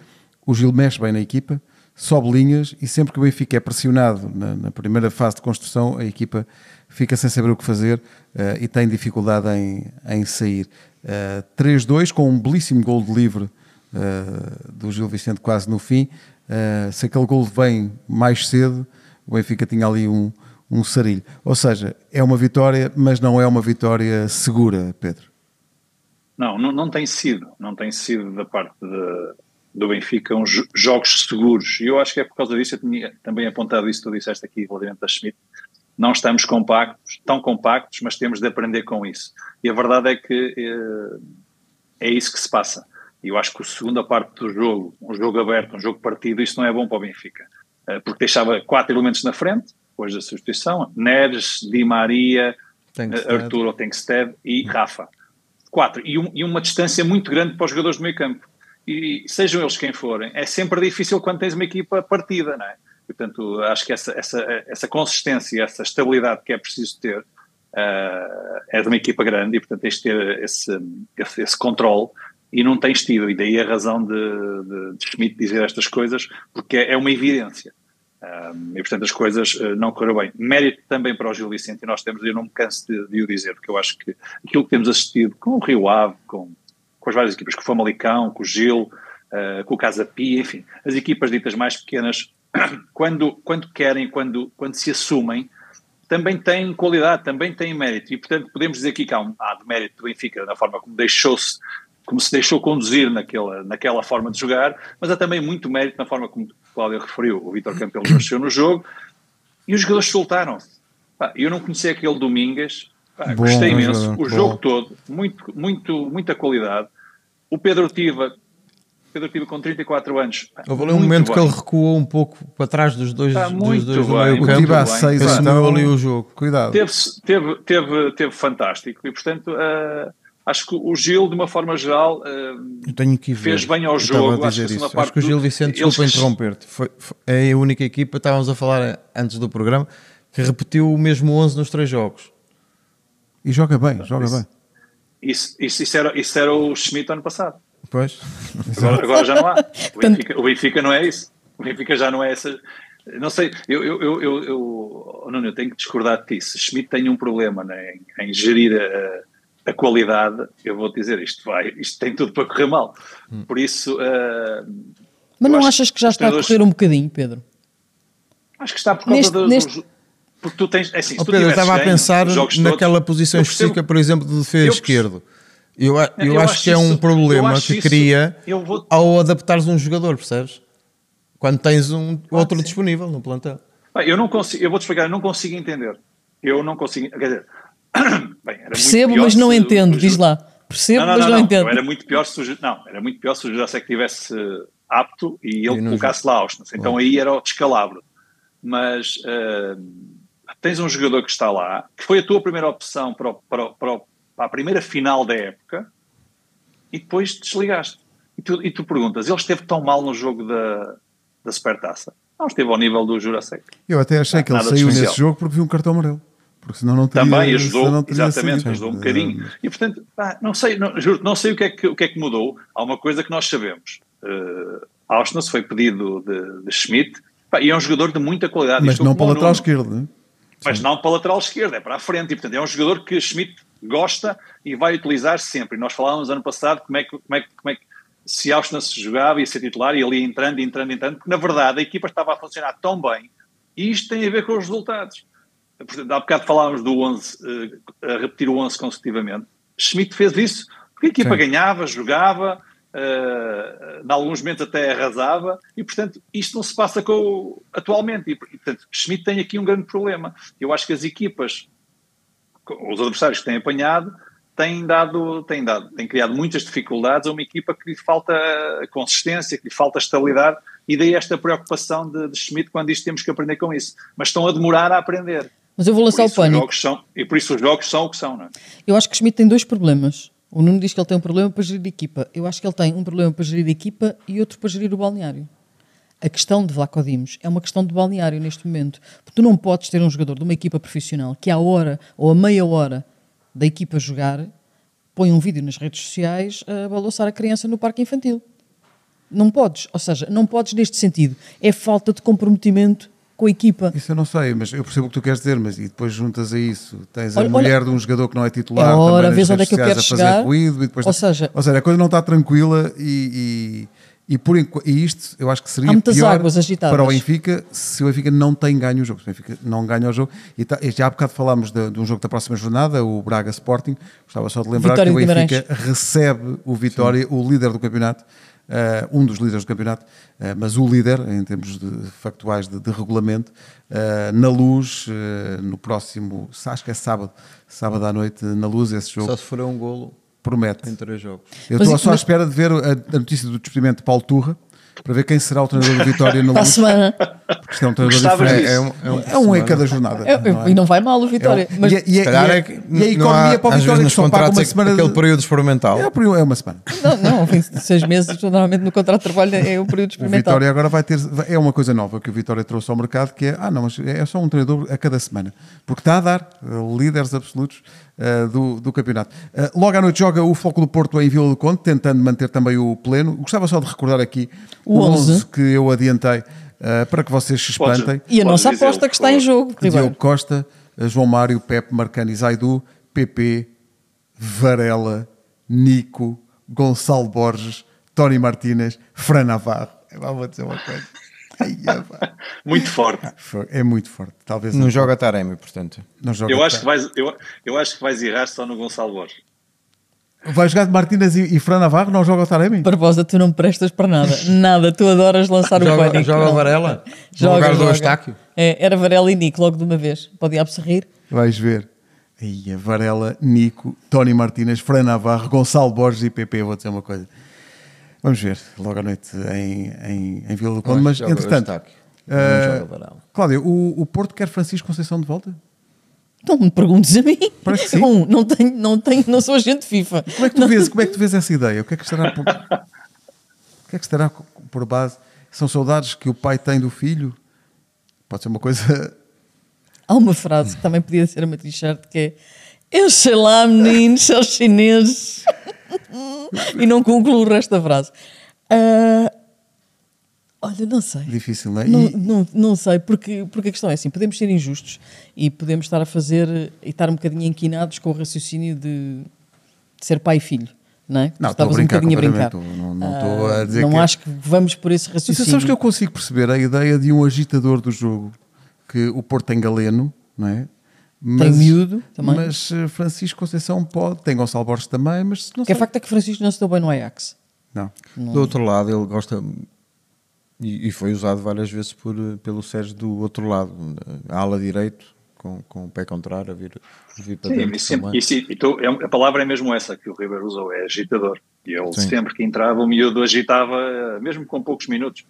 [SPEAKER 1] o Gil mexe bem na equipa, sobe linhas e sempre que o Benfica é pressionado na, na primeira fase de construção, a equipa fica sem saber o que fazer eh, e tem dificuldade em, em sair. Eh, 3-2 com um belíssimo gol de livre eh, do Gil Vicente quase no fim. Eh, se aquele gol vem mais cedo, o Benfica tinha ali um, um sarilho. Ou seja, é uma vitória, mas não é uma vitória segura, Pedro.
[SPEAKER 4] Não, não, não tem sido. Não tem sido da parte de- do Benfica uns jo- jogos seguros. E eu acho que é por causa disso, eu tinha também apontado isso, que tu disseste aqui, relativamente da Schmidt. Não estamos compactos, tão compactos, mas temos de aprender com isso. E a verdade é que eh, é isso que se passa. E eu acho que a segunda parte do jogo, um jogo aberto, um jogo partido, isso não é bom para o Benfica. Eh, Porque deixava quatro elementos na frente, depois da substituição, Neres, Di Maria,
[SPEAKER 3] Tankstead.
[SPEAKER 4] eh, Arturo Tenkstead e Rafa. Quatro. E, um- e uma distância muito grande para os jogadores do meio campo. E sejam eles quem forem, é sempre difícil quando tens uma equipa partida, não é? E, portanto, acho que essa, essa, essa consistência, essa estabilidade que é preciso ter ah, é de uma equipa grande e, portanto, tens de ter esse, esse, esse controle e não tens tido. E daí a razão de, de, de Schmidt dizer estas coisas, porque é uma evidência. Um, e portanto as coisas uh, não correram bem. Mérito também para o Gil Vicente, e nós temos, eu não me canso de, de o dizer, porque eu acho que aquilo que temos assistido com o Rio Ave, com, com as várias equipas, com o Famalicão, com o Gil, uh, com o Casapi, enfim, as equipas ditas mais pequenas, quando, quando querem, quando, quando se assumem, também têm qualidade, também têm mérito. E, portanto, podemos dizer aqui que há, um, há de mérito do Benfica na forma como deixou-se, como se deixou conduzir naquela, naquela forma de jogar, mas há também muito mérito na forma como o Cláudio referiu. O Vítor Campelo nasceu no jogo e os jogadores soltaram-se. Pá, Eu não conhecia aquele Domingas, pá,
[SPEAKER 3] Bom
[SPEAKER 4] gostei imenso.
[SPEAKER 3] jogador,
[SPEAKER 4] o jogo todo, muito, muito, muita qualidade. O Pedro Tiva, Pedro Tiva com 34 anos. pá,
[SPEAKER 3] Houve ali um
[SPEAKER 4] muito
[SPEAKER 3] momento que
[SPEAKER 4] bem.
[SPEAKER 3] ele recuou um pouco para trás dos dois,
[SPEAKER 4] Está
[SPEAKER 3] dos
[SPEAKER 4] muito
[SPEAKER 3] dois do
[SPEAKER 4] bem,
[SPEAKER 3] meio
[SPEAKER 4] muito
[SPEAKER 1] O
[SPEAKER 3] campo.
[SPEAKER 1] Tiba há
[SPEAKER 4] bem.
[SPEAKER 1] seis
[SPEAKER 3] Assumiu
[SPEAKER 1] então,
[SPEAKER 3] ali um o jogo.
[SPEAKER 1] Cuidado.
[SPEAKER 4] teve, teve, teve, teve fantástico e portanto ah, acho que o Gil de uma forma geral ah,
[SPEAKER 3] Eu tenho que ir ver.
[SPEAKER 4] Fez bem ao
[SPEAKER 3] Eu estava
[SPEAKER 4] jogo,
[SPEAKER 3] a
[SPEAKER 4] acho
[SPEAKER 3] dizer
[SPEAKER 4] que
[SPEAKER 3] isso.
[SPEAKER 4] a segunda
[SPEAKER 3] Acho que o
[SPEAKER 4] parte
[SPEAKER 3] Gil
[SPEAKER 4] do-
[SPEAKER 3] Vicente,
[SPEAKER 4] eles-
[SPEAKER 3] desculpa interromper-te, foi, foi- é a única equipa, estávamos a falar antes do programa, que repetiu o mesmo 11 nos três jogos.
[SPEAKER 1] E joga bem, joga
[SPEAKER 4] isso-
[SPEAKER 1] bem.
[SPEAKER 4] isso, isso, isso era, isso era o Schmidt ano passado
[SPEAKER 3] Pois.
[SPEAKER 4] agora, agora já não há o Benfica, o Benfica não é isso o Benfica já não é essa não sei, eu, eu, eu, eu, eu, oh, Nuno, eu tenho que discordar de ti. Se Schmidt tem um problema né, em, em gerir a, a qualidade, eu vou dizer isto vai, isto tem tudo para correr mal. Por isso, ah,
[SPEAKER 2] Mas
[SPEAKER 4] Eu
[SPEAKER 2] não
[SPEAKER 4] acho
[SPEAKER 2] achas que já
[SPEAKER 4] que os É
[SPEAKER 2] está a
[SPEAKER 4] treinadores-
[SPEAKER 2] correr um bocadinho, Pedro?
[SPEAKER 4] Acho que está por causa
[SPEAKER 2] Neste-
[SPEAKER 4] do,
[SPEAKER 2] neste-
[SPEAKER 4] do- Porque tu tens. É assim, se
[SPEAKER 3] Oh,
[SPEAKER 4] tu
[SPEAKER 3] Pedro, eu
[SPEAKER 4] tivesses
[SPEAKER 3] estava a
[SPEAKER 4] ganho
[SPEAKER 3] pensar
[SPEAKER 4] os jogos
[SPEAKER 3] naquela
[SPEAKER 4] todos,
[SPEAKER 3] posição
[SPEAKER 4] eu percebo-
[SPEAKER 3] específica, por exemplo, de defesa
[SPEAKER 4] Eu percebo.
[SPEAKER 3] esquerdo. Eu, a- eu
[SPEAKER 4] Eu
[SPEAKER 3] acho,
[SPEAKER 4] acho
[SPEAKER 3] que é
[SPEAKER 4] isso-
[SPEAKER 3] um
[SPEAKER 4] eu
[SPEAKER 3] problema
[SPEAKER 4] acho
[SPEAKER 3] que
[SPEAKER 4] isso-
[SPEAKER 3] cria
[SPEAKER 4] eu vou-
[SPEAKER 3] ao adaptares um jogador, percebes? Quando tens um outro
[SPEAKER 4] sim.
[SPEAKER 3] disponível no plantel.
[SPEAKER 4] Bem, eu não consigo. Eu vou te explicar, eu não consigo entender. Eu não consigo. Quer dizer. bem, era
[SPEAKER 2] Percebo,
[SPEAKER 4] muito pior
[SPEAKER 2] mas não
[SPEAKER 4] se o-
[SPEAKER 2] entendo,
[SPEAKER 4] o-
[SPEAKER 2] diz lá. Percebo,
[SPEAKER 4] Não, não,
[SPEAKER 2] mas
[SPEAKER 4] não,
[SPEAKER 2] não
[SPEAKER 4] não.
[SPEAKER 2] entendo.
[SPEAKER 4] Era muito pior se o, Ju- não, era muito pior se o Jurasek estivesse eh, apto e ele
[SPEAKER 3] não
[SPEAKER 4] colocasse lá Austin. Então aí era o descalabro. Mas eh, tens um jogador que está lá, que foi a tua primeira opção para, o- para o- para o- para a primeira final da época, e depois desligaste. E tu, e tu perguntas, ele esteve tão mal no jogo da, da Supertaça? Não, esteve ao nível do Jurasek.
[SPEAKER 1] Eu até achei que ele
[SPEAKER 4] Nada de
[SPEAKER 1] saiu
[SPEAKER 4] especial.
[SPEAKER 1] nesse jogo porque viu um cartão amarelo. Porque senão não teria, senão
[SPEAKER 4] Também
[SPEAKER 1] não
[SPEAKER 4] ajudou,
[SPEAKER 1] teria
[SPEAKER 4] exatamente,
[SPEAKER 1] saído.
[SPEAKER 4] ajudou um bocadinho. E portanto, pá, não sei, não, juro, não sei o que, é que, o que é que mudou. Há uma coisa que nós sabemos. Uh, Austin foi pedido de, de Schmidt pá, e é um jogador de muita qualidade.
[SPEAKER 1] Mas
[SPEAKER 4] Isto
[SPEAKER 1] não
[SPEAKER 4] como
[SPEAKER 1] para
[SPEAKER 4] o
[SPEAKER 1] lateral
[SPEAKER 4] Nuno.
[SPEAKER 1] esquerdo. né?
[SPEAKER 4] mas não para a lateral esquerda, é para a frente. E, portanto, é um jogador que Schmidt gosta e vai utilizar sempre. E nós falávamos ano passado como é que, como é, que- como é que se Austin se jogava e ser titular e ali entrando, entrando, entrando, porque na verdade a equipa estava a funcionar tão bem e isto tem a ver com os resultados. Portanto, há bocado falávamos do 11, eh, a repetir o 11 consecutivamente. Schmidt fez isso porque a equipa
[SPEAKER 3] Sim.
[SPEAKER 4] ganhava, jogava, eh, em alguns momentos até arrasava, e portanto isto não se passa com o- atualmente. E portanto, Schmidt tem aqui um grande problema. Eu acho que as equipas, os adversários que têm apanhado, têm dado, têm dado, têm criado muitas dificuldades a uma equipa que lhe falta consistência, que lhe falta estabilidade, e daí esta preocupação de, de Schmidt quando diz que temos que aprender com isso. Mas estão a demorar a aprender.
[SPEAKER 2] Mas eu vou
[SPEAKER 4] Por
[SPEAKER 2] lançar o
[SPEAKER 4] isso, os
[SPEAKER 2] pânico.
[SPEAKER 4] jogos são, e por isso os jogos são o que são, não é?
[SPEAKER 2] Eu acho que Schmidt tem dois problemas. O Nuno diz que ele tem um problema para gerir a equipa. Eu acho que ele tem um problema para gerir a equipa e outro para gerir o balneário. A questão de Vlaco Dimos é uma questão de balneário neste momento. Porque tu não podes ter um jogador de uma equipa profissional que à hora ou a meia hora da equipa jogar põe um vídeo nas redes sociais a balançar a criança no parque infantil. Não podes. Ou seja, não podes neste sentido. É falta de comprometimento com a equipa.
[SPEAKER 1] Isso eu não sei, mas eu percebo o que tu queres dizer, mas e depois juntas a isso, tens a
[SPEAKER 2] Olha,
[SPEAKER 1] mulher de um jogador que não é titular,
[SPEAKER 2] É a hora,
[SPEAKER 1] também nas
[SPEAKER 2] vês onde
[SPEAKER 1] redes
[SPEAKER 2] é que eu
[SPEAKER 1] sociais
[SPEAKER 2] quero
[SPEAKER 1] a fazer
[SPEAKER 2] chegar.
[SPEAKER 1] ruído, e depois-
[SPEAKER 2] Ou seja-
[SPEAKER 1] ou seja, a coisa não está tranquila e, e, e por enqu- e isto eu acho que seria
[SPEAKER 2] Há muitas
[SPEAKER 1] pior
[SPEAKER 2] águas agitadas.
[SPEAKER 1] para o Benfica se o Benfica não tem ganho o jogo, se o Benfica não ganha o jogo e, tá- e já há bocado falámos de, de um jogo da próxima jornada, o Braga Sporting, gostava só de lembrar
[SPEAKER 2] Vitória
[SPEAKER 1] que o
[SPEAKER 2] de Guimarães.
[SPEAKER 1] Benfica recebe o Vitória, o líder do campeonato, eh, um dos líderes do campeonato, eh, mas o líder, em termos de- factuais de, de regulamento, eh, na luz, eh, no próximo, acho que é sábado, sábado à noite, na luz, esse
[SPEAKER 3] Só
[SPEAKER 1] jogo
[SPEAKER 3] se Então. for um golo em
[SPEAKER 1] promete.
[SPEAKER 3] três jogos.
[SPEAKER 1] Eu
[SPEAKER 2] Mas
[SPEAKER 1] estou
[SPEAKER 2] e-
[SPEAKER 1] só à
[SPEAKER 2] mas-
[SPEAKER 1] espera de ver a, a notícia do despedimento de Paulo Turra, para ver quem será o treinador do Vitória na
[SPEAKER 2] Para a
[SPEAKER 1] luz,
[SPEAKER 2] semana.
[SPEAKER 1] porque isto é um treinador
[SPEAKER 4] Gostavas
[SPEAKER 1] diferente.
[SPEAKER 4] disso?
[SPEAKER 1] É, um, é, um, é um em cada jornada.
[SPEAKER 2] É,
[SPEAKER 1] não é?
[SPEAKER 2] E não vai mal o Vitória.
[SPEAKER 1] É um-
[SPEAKER 2] mas-
[SPEAKER 1] e, a- e a-
[SPEAKER 3] Se calhar
[SPEAKER 1] e a-
[SPEAKER 3] é que
[SPEAKER 1] e a
[SPEAKER 3] não há-
[SPEAKER 1] economia para o
[SPEAKER 3] às vezes
[SPEAKER 1] Vitória que
[SPEAKER 3] nos
[SPEAKER 1] só paga
[SPEAKER 3] contratos
[SPEAKER 1] uma
[SPEAKER 3] é que-
[SPEAKER 1] semana.
[SPEAKER 3] aquele
[SPEAKER 1] de-
[SPEAKER 3] período experimental.
[SPEAKER 1] É o período- é uma semana.
[SPEAKER 2] Não, não, ao fim de seis meses, normalmente no contrato de trabalho é o período
[SPEAKER 1] O
[SPEAKER 2] experimental.
[SPEAKER 1] Vitória agora vai ter. É uma coisa nova que o Vitória trouxe ao mercado que é. Ah, não, mas é só um treinador a cada semana. Porque está a dar eh, líderes absolutos eh, do, do campeonato. Eh, logo à noite joga o Foco do Porto em Vila do Conde, tentando manter também o pleno. Gostava só de recordar aqui
[SPEAKER 2] O
[SPEAKER 1] o 11,
[SPEAKER 2] 11
[SPEAKER 1] que eu adiantei eh, para que vocês se
[SPEAKER 4] Podes-
[SPEAKER 1] espantem.
[SPEAKER 2] E a
[SPEAKER 4] Podes
[SPEAKER 2] nossa
[SPEAKER 4] dizê-lo,
[SPEAKER 2] aposta que
[SPEAKER 4] por
[SPEAKER 2] está em
[SPEAKER 4] favor.
[SPEAKER 2] jogo,
[SPEAKER 1] é
[SPEAKER 2] tipo,
[SPEAKER 1] Diogo
[SPEAKER 2] Ribeiro.
[SPEAKER 1] Costa, eh, João Mário, Pepe, Marcano e Zaidu, PP, Varela, Nico, Gonçalo Borges, Tony Martínez, Fran Navarro. Eh, pá, Vou dizer uma coisa. Ai, eh, pá.
[SPEAKER 4] Muito forte.
[SPEAKER 1] Foi- É muito forte. Talvez
[SPEAKER 3] Não joga Taremi, portanto.
[SPEAKER 1] não joga.
[SPEAKER 4] Eu acho, que vais, eu, eu acho que vais errar só no Gonçalo Borges.
[SPEAKER 1] Vai jogar de Martínez e, e Fran Navarro? Não joga o Taremi?
[SPEAKER 2] Barbosa, tu não me prestas para nada. Nada, tu adoras lançar o
[SPEAKER 3] Joga,
[SPEAKER 2] pânico.
[SPEAKER 3] joga
[SPEAKER 2] Não.
[SPEAKER 3] Varela.
[SPEAKER 2] Joga,
[SPEAKER 3] no lugar do
[SPEAKER 2] joga.
[SPEAKER 3] Eustáquio.
[SPEAKER 2] É, era Varela e Nico logo de uma vez. Pode ir se rir.
[SPEAKER 1] Vais ver. Aí, a Varela, Nico, Tony Martínez, Fran Navarro, Gonçalo Borges e PP. Vou dizer uma coisa. Vamos ver, logo à noite em, em, em Vila do Conde.
[SPEAKER 3] Não,
[SPEAKER 1] Mas,
[SPEAKER 3] joga
[SPEAKER 1] entretanto,
[SPEAKER 3] Eustáquio. Não
[SPEAKER 1] eh,
[SPEAKER 3] joga Varela.
[SPEAKER 1] Cláudio, o, o Porto quer Francisco Conceição de volta?
[SPEAKER 2] Não Então, me perguntes a mim.
[SPEAKER 1] Parece que sim.
[SPEAKER 2] Um, não tenho, não tenho, não sou agente FIFA.
[SPEAKER 1] Como é que tu, vês, como é que tu vês essa ideia? O que é que estará por, o que é que estará co- por base? São saudades que o pai tem do filho? Pode ser uma coisa.
[SPEAKER 2] Há uma frase que também podia ser uma t-shirt que é Eu sei lá, meninos, são chineses. e não concluo o resto da frase. Ah, olha, não sei.
[SPEAKER 1] Difícil, não é?
[SPEAKER 2] Não,
[SPEAKER 1] E-
[SPEAKER 2] não, não sei, porque, porque a questão é assim: podemos ser injustos e podemos estar a fazer eh, e estar um bocadinho inquinados com o raciocínio de, de ser pai e filho, não é?
[SPEAKER 1] Não,
[SPEAKER 2] Estavas
[SPEAKER 1] estou a brincar completamente,
[SPEAKER 2] brincar.
[SPEAKER 1] não- não estou a
[SPEAKER 2] Ah,
[SPEAKER 1] dizer
[SPEAKER 2] não
[SPEAKER 1] que-
[SPEAKER 2] acho que vamos por esse
[SPEAKER 1] Mas
[SPEAKER 2] raciocínio.
[SPEAKER 1] sabes que eu consigo perceber a ideia de um agitador do jogo que o Porto tem Galeno, não é?
[SPEAKER 2] miúdo também.
[SPEAKER 1] Mas eh, Francisco Conceição pode, tem Gonçalo Borges também, mas não
[SPEAKER 2] Porque é
[SPEAKER 1] sei.
[SPEAKER 2] facto é que Francisco não se deu bem no Ajax.
[SPEAKER 1] Não.
[SPEAKER 3] Do outro lado, ele gosta. E, e foi usado várias vezes por, eh, pelo Sérgio do outro lado, a ala direito, com, com o pé contrário, a vir, a vir para
[SPEAKER 4] Sim,
[SPEAKER 3] dentro.
[SPEAKER 4] e sempre,
[SPEAKER 3] Tá também.
[SPEAKER 4] e sim, e tu- é um- a palavra é mesmo essa que o Ribeiro usou, é agitador. E ele
[SPEAKER 3] Sim.
[SPEAKER 4] sempre que entrava, o miúdo agitava, eh, mesmo com poucos minutos,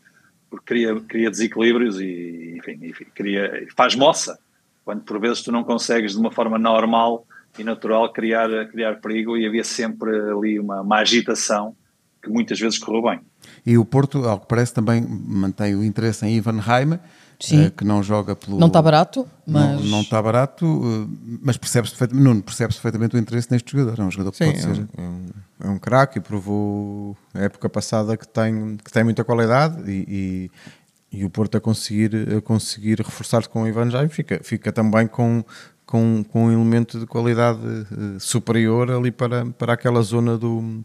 [SPEAKER 4] porque cria, cria desequilíbrios e, enfim, enfim, cria, faz moça. Quando por vezes tu não consegues de uma forma normal e natural criar, criar perigo e havia sempre ali uma, uma agitação que muitas vezes correu bem.
[SPEAKER 1] E o Porto, ao que parece, também mantém o interesse em Ivan Raima,
[SPEAKER 2] Sim.
[SPEAKER 1] eh, que não joga pelo.
[SPEAKER 2] Não está barato,
[SPEAKER 1] Não-
[SPEAKER 2] mas.
[SPEAKER 1] Não está barato, eh, mas percebes perfeitamente, Nuno, percebes perfeitamente o interesse neste jogador. É um jogador que
[SPEAKER 3] Sim,
[SPEAKER 1] pode
[SPEAKER 3] é
[SPEAKER 1] ser.
[SPEAKER 3] um- é um, é um craque e provou a época passada que tem, que tem muita qualidade e, e- e o Porto a conseguir, a conseguir reforçar-se com o Ivan Jaime fica, fica também com, com, com um elemento de qualidade eh, superior ali para, para aquela zona do,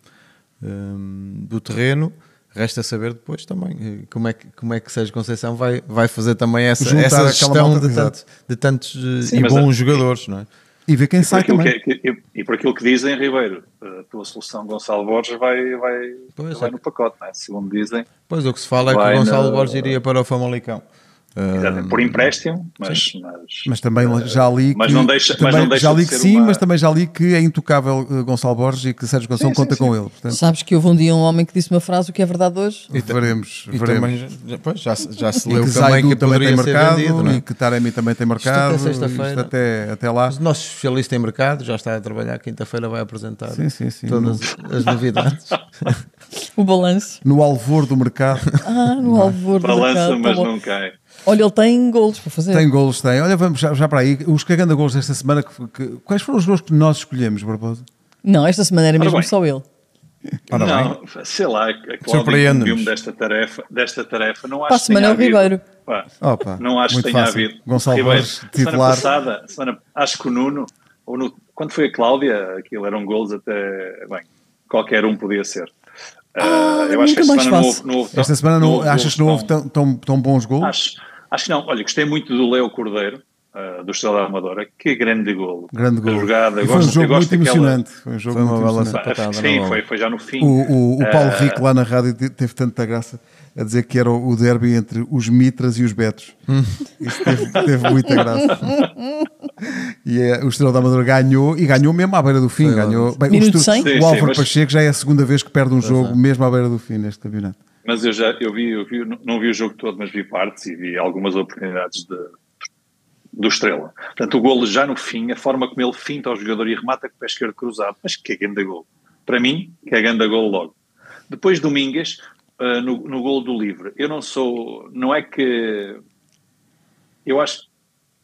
[SPEAKER 3] hum, do terreno. Resta saber depois também eh, como é que, como é que Sérgio Conceição vai, vai fazer também essa,
[SPEAKER 1] Juntar
[SPEAKER 3] essa
[SPEAKER 1] aquela
[SPEAKER 3] gestão
[SPEAKER 1] malta,
[SPEAKER 3] de tantos, de tantos eh,
[SPEAKER 4] Sim,
[SPEAKER 3] e
[SPEAKER 4] mas
[SPEAKER 3] bons
[SPEAKER 4] a-
[SPEAKER 3] jogadores, não é?
[SPEAKER 1] E ver quem
[SPEAKER 4] E por,
[SPEAKER 1] sai
[SPEAKER 4] aquilo
[SPEAKER 1] também.
[SPEAKER 4] que, é que- e por aquilo que dizem, Ribeiro, a tua solução Gonçalo Borges vai, vai,
[SPEAKER 3] Pois,
[SPEAKER 4] vai
[SPEAKER 3] é.
[SPEAKER 4] no pacote, não é? segundo dizem.
[SPEAKER 3] Pois o que se fala é
[SPEAKER 4] Vai
[SPEAKER 3] que o Gonçalo
[SPEAKER 4] na-
[SPEAKER 3] Borges iria para o Famalicão.
[SPEAKER 4] Exato,
[SPEAKER 3] Hum,
[SPEAKER 4] por empréstimo, mas, mas,
[SPEAKER 1] Mas também já li que,
[SPEAKER 4] Eh, mas não deixa- mas
[SPEAKER 1] também
[SPEAKER 4] não deixa
[SPEAKER 1] já li
[SPEAKER 4] de
[SPEAKER 1] que
[SPEAKER 4] ser
[SPEAKER 1] sim,
[SPEAKER 4] uma-
[SPEAKER 1] mas também já li que é intocável eh, Gonçalo Borges e que Sérgio Conceição
[SPEAKER 4] Sim, sim,
[SPEAKER 1] conta
[SPEAKER 4] sim.
[SPEAKER 1] com ele. Portanto,
[SPEAKER 2] Sabes que houve um dia um homem que disse uma frase, o que é verdade hoje?
[SPEAKER 1] e veremos,
[SPEAKER 3] E
[SPEAKER 1] veremos.
[SPEAKER 3] também já- já, pois, já, se- já se
[SPEAKER 1] E
[SPEAKER 3] leu
[SPEAKER 1] que
[SPEAKER 3] também
[SPEAKER 1] Zaidu
[SPEAKER 3] que
[SPEAKER 1] também
[SPEAKER 3] poderia
[SPEAKER 1] tem
[SPEAKER 3] ser
[SPEAKER 1] mercado
[SPEAKER 3] vendido, não é?
[SPEAKER 1] e que Taremi também tem mercado.
[SPEAKER 3] até sexta-feira.
[SPEAKER 1] isto até, até lá.
[SPEAKER 3] O nosso especialista em mercado já está a trabalhar, quinta-feira vai apresentar
[SPEAKER 1] Sim, sim, sim.
[SPEAKER 3] todas as novidades.
[SPEAKER 2] Tipo, O balanço.
[SPEAKER 1] No alvor do mercado
[SPEAKER 2] Ah, no alvor do
[SPEAKER 4] balança,
[SPEAKER 2] mercado, tá
[SPEAKER 4] mas é.
[SPEAKER 2] bom.
[SPEAKER 4] não cai.
[SPEAKER 2] Olha, ele tem golos para fazer.
[SPEAKER 1] tem golos, tem. Olha, vamos já, já para aí. Os cagando a golos desta semana, que- que- quais foram os golos que nós escolhemos, Barbosa?
[SPEAKER 2] Não, esta semana era
[SPEAKER 4] Ora
[SPEAKER 2] mesmo
[SPEAKER 4] bem.
[SPEAKER 2] só ele.
[SPEAKER 3] Ora
[SPEAKER 4] não, sei lá, a Cláudia
[SPEAKER 3] Surpreende-nos.
[SPEAKER 4] incumbiu-me desta tarefa, desta tarefa. Não acho
[SPEAKER 2] Para a
[SPEAKER 4] que tenha
[SPEAKER 2] semana é o
[SPEAKER 4] havido.
[SPEAKER 2] Ribeiro.
[SPEAKER 4] Pá,
[SPEAKER 1] Opa,
[SPEAKER 4] não acho que
[SPEAKER 1] muito
[SPEAKER 4] tenha
[SPEAKER 1] fácil.
[SPEAKER 4] havido.
[SPEAKER 1] Gonçalo
[SPEAKER 4] Ribeiro,
[SPEAKER 1] Borges,
[SPEAKER 4] Semana
[SPEAKER 1] titular.
[SPEAKER 4] passada, semana- acho que o Nuno, ou no- quando foi a Cláudia, aquilo eram gols até. Bem, qualquer um podia ser.
[SPEAKER 2] Ah,
[SPEAKER 4] Ah, eu acho
[SPEAKER 2] muito
[SPEAKER 4] que esta
[SPEAKER 2] mais
[SPEAKER 4] semana não
[SPEAKER 2] fácil.
[SPEAKER 4] houve, não houve tão-
[SPEAKER 1] Esta semana não, achas que não houve
[SPEAKER 4] tão-
[SPEAKER 1] tão, tão, tão bons golos?
[SPEAKER 4] Acho, acho que não. Olha, gostei muito do Leo Cordeiro, ah, do Estrela da Amadora. Que grande golo.
[SPEAKER 1] Grande
[SPEAKER 4] A
[SPEAKER 1] gol.
[SPEAKER 4] jogada.
[SPEAKER 1] E foi um
[SPEAKER 4] gosto, eu
[SPEAKER 1] jogo
[SPEAKER 4] gosto
[SPEAKER 1] muito
[SPEAKER 4] daquela-
[SPEAKER 1] emocionante. Foi um jogo
[SPEAKER 3] Foi uma
[SPEAKER 1] muito
[SPEAKER 3] bela
[SPEAKER 1] emocionante.
[SPEAKER 4] Pá,
[SPEAKER 3] Patada na
[SPEAKER 4] Sim,
[SPEAKER 3] bola.
[SPEAKER 4] foi, foi já no fim.
[SPEAKER 1] O, o- o Paulo
[SPEAKER 4] Ah,
[SPEAKER 1] Rico lá na rádio te- teve tanta graça a dizer que era o o derby entre os Mitras e os Betos. Isso teve, teve muita graça. E eh, o Estrela da Amadora ganhou e ganhou mesmo à beira do fim.
[SPEAKER 3] Foi lá,
[SPEAKER 1] ganhou, bem, o,
[SPEAKER 2] Minuto
[SPEAKER 1] Estru-
[SPEAKER 2] 100?
[SPEAKER 4] Sim,
[SPEAKER 1] o
[SPEAKER 4] sim,
[SPEAKER 1] Álvaro
[SPEAKER 4] mas-
[SPEAKER 1] Pacheco já é a segunda vez que perde um jogo mesmo à beira do fim neste campeonato.
[SPEAKER 4] Mas eu já eu vi, eu vi, não vi o jogo todo, mas vi partes e vi algumas oportunidades de, do Estrela. Portanto, o golo já no fim, a forma como ele finta ao jogador e remata com o pé esquerdo cruzado, mas que é grande golo. Para mim, que é grande golo logo. Depois, Domingues, ah, no, no golo do livre. Eu não sou, não é que, eu acho,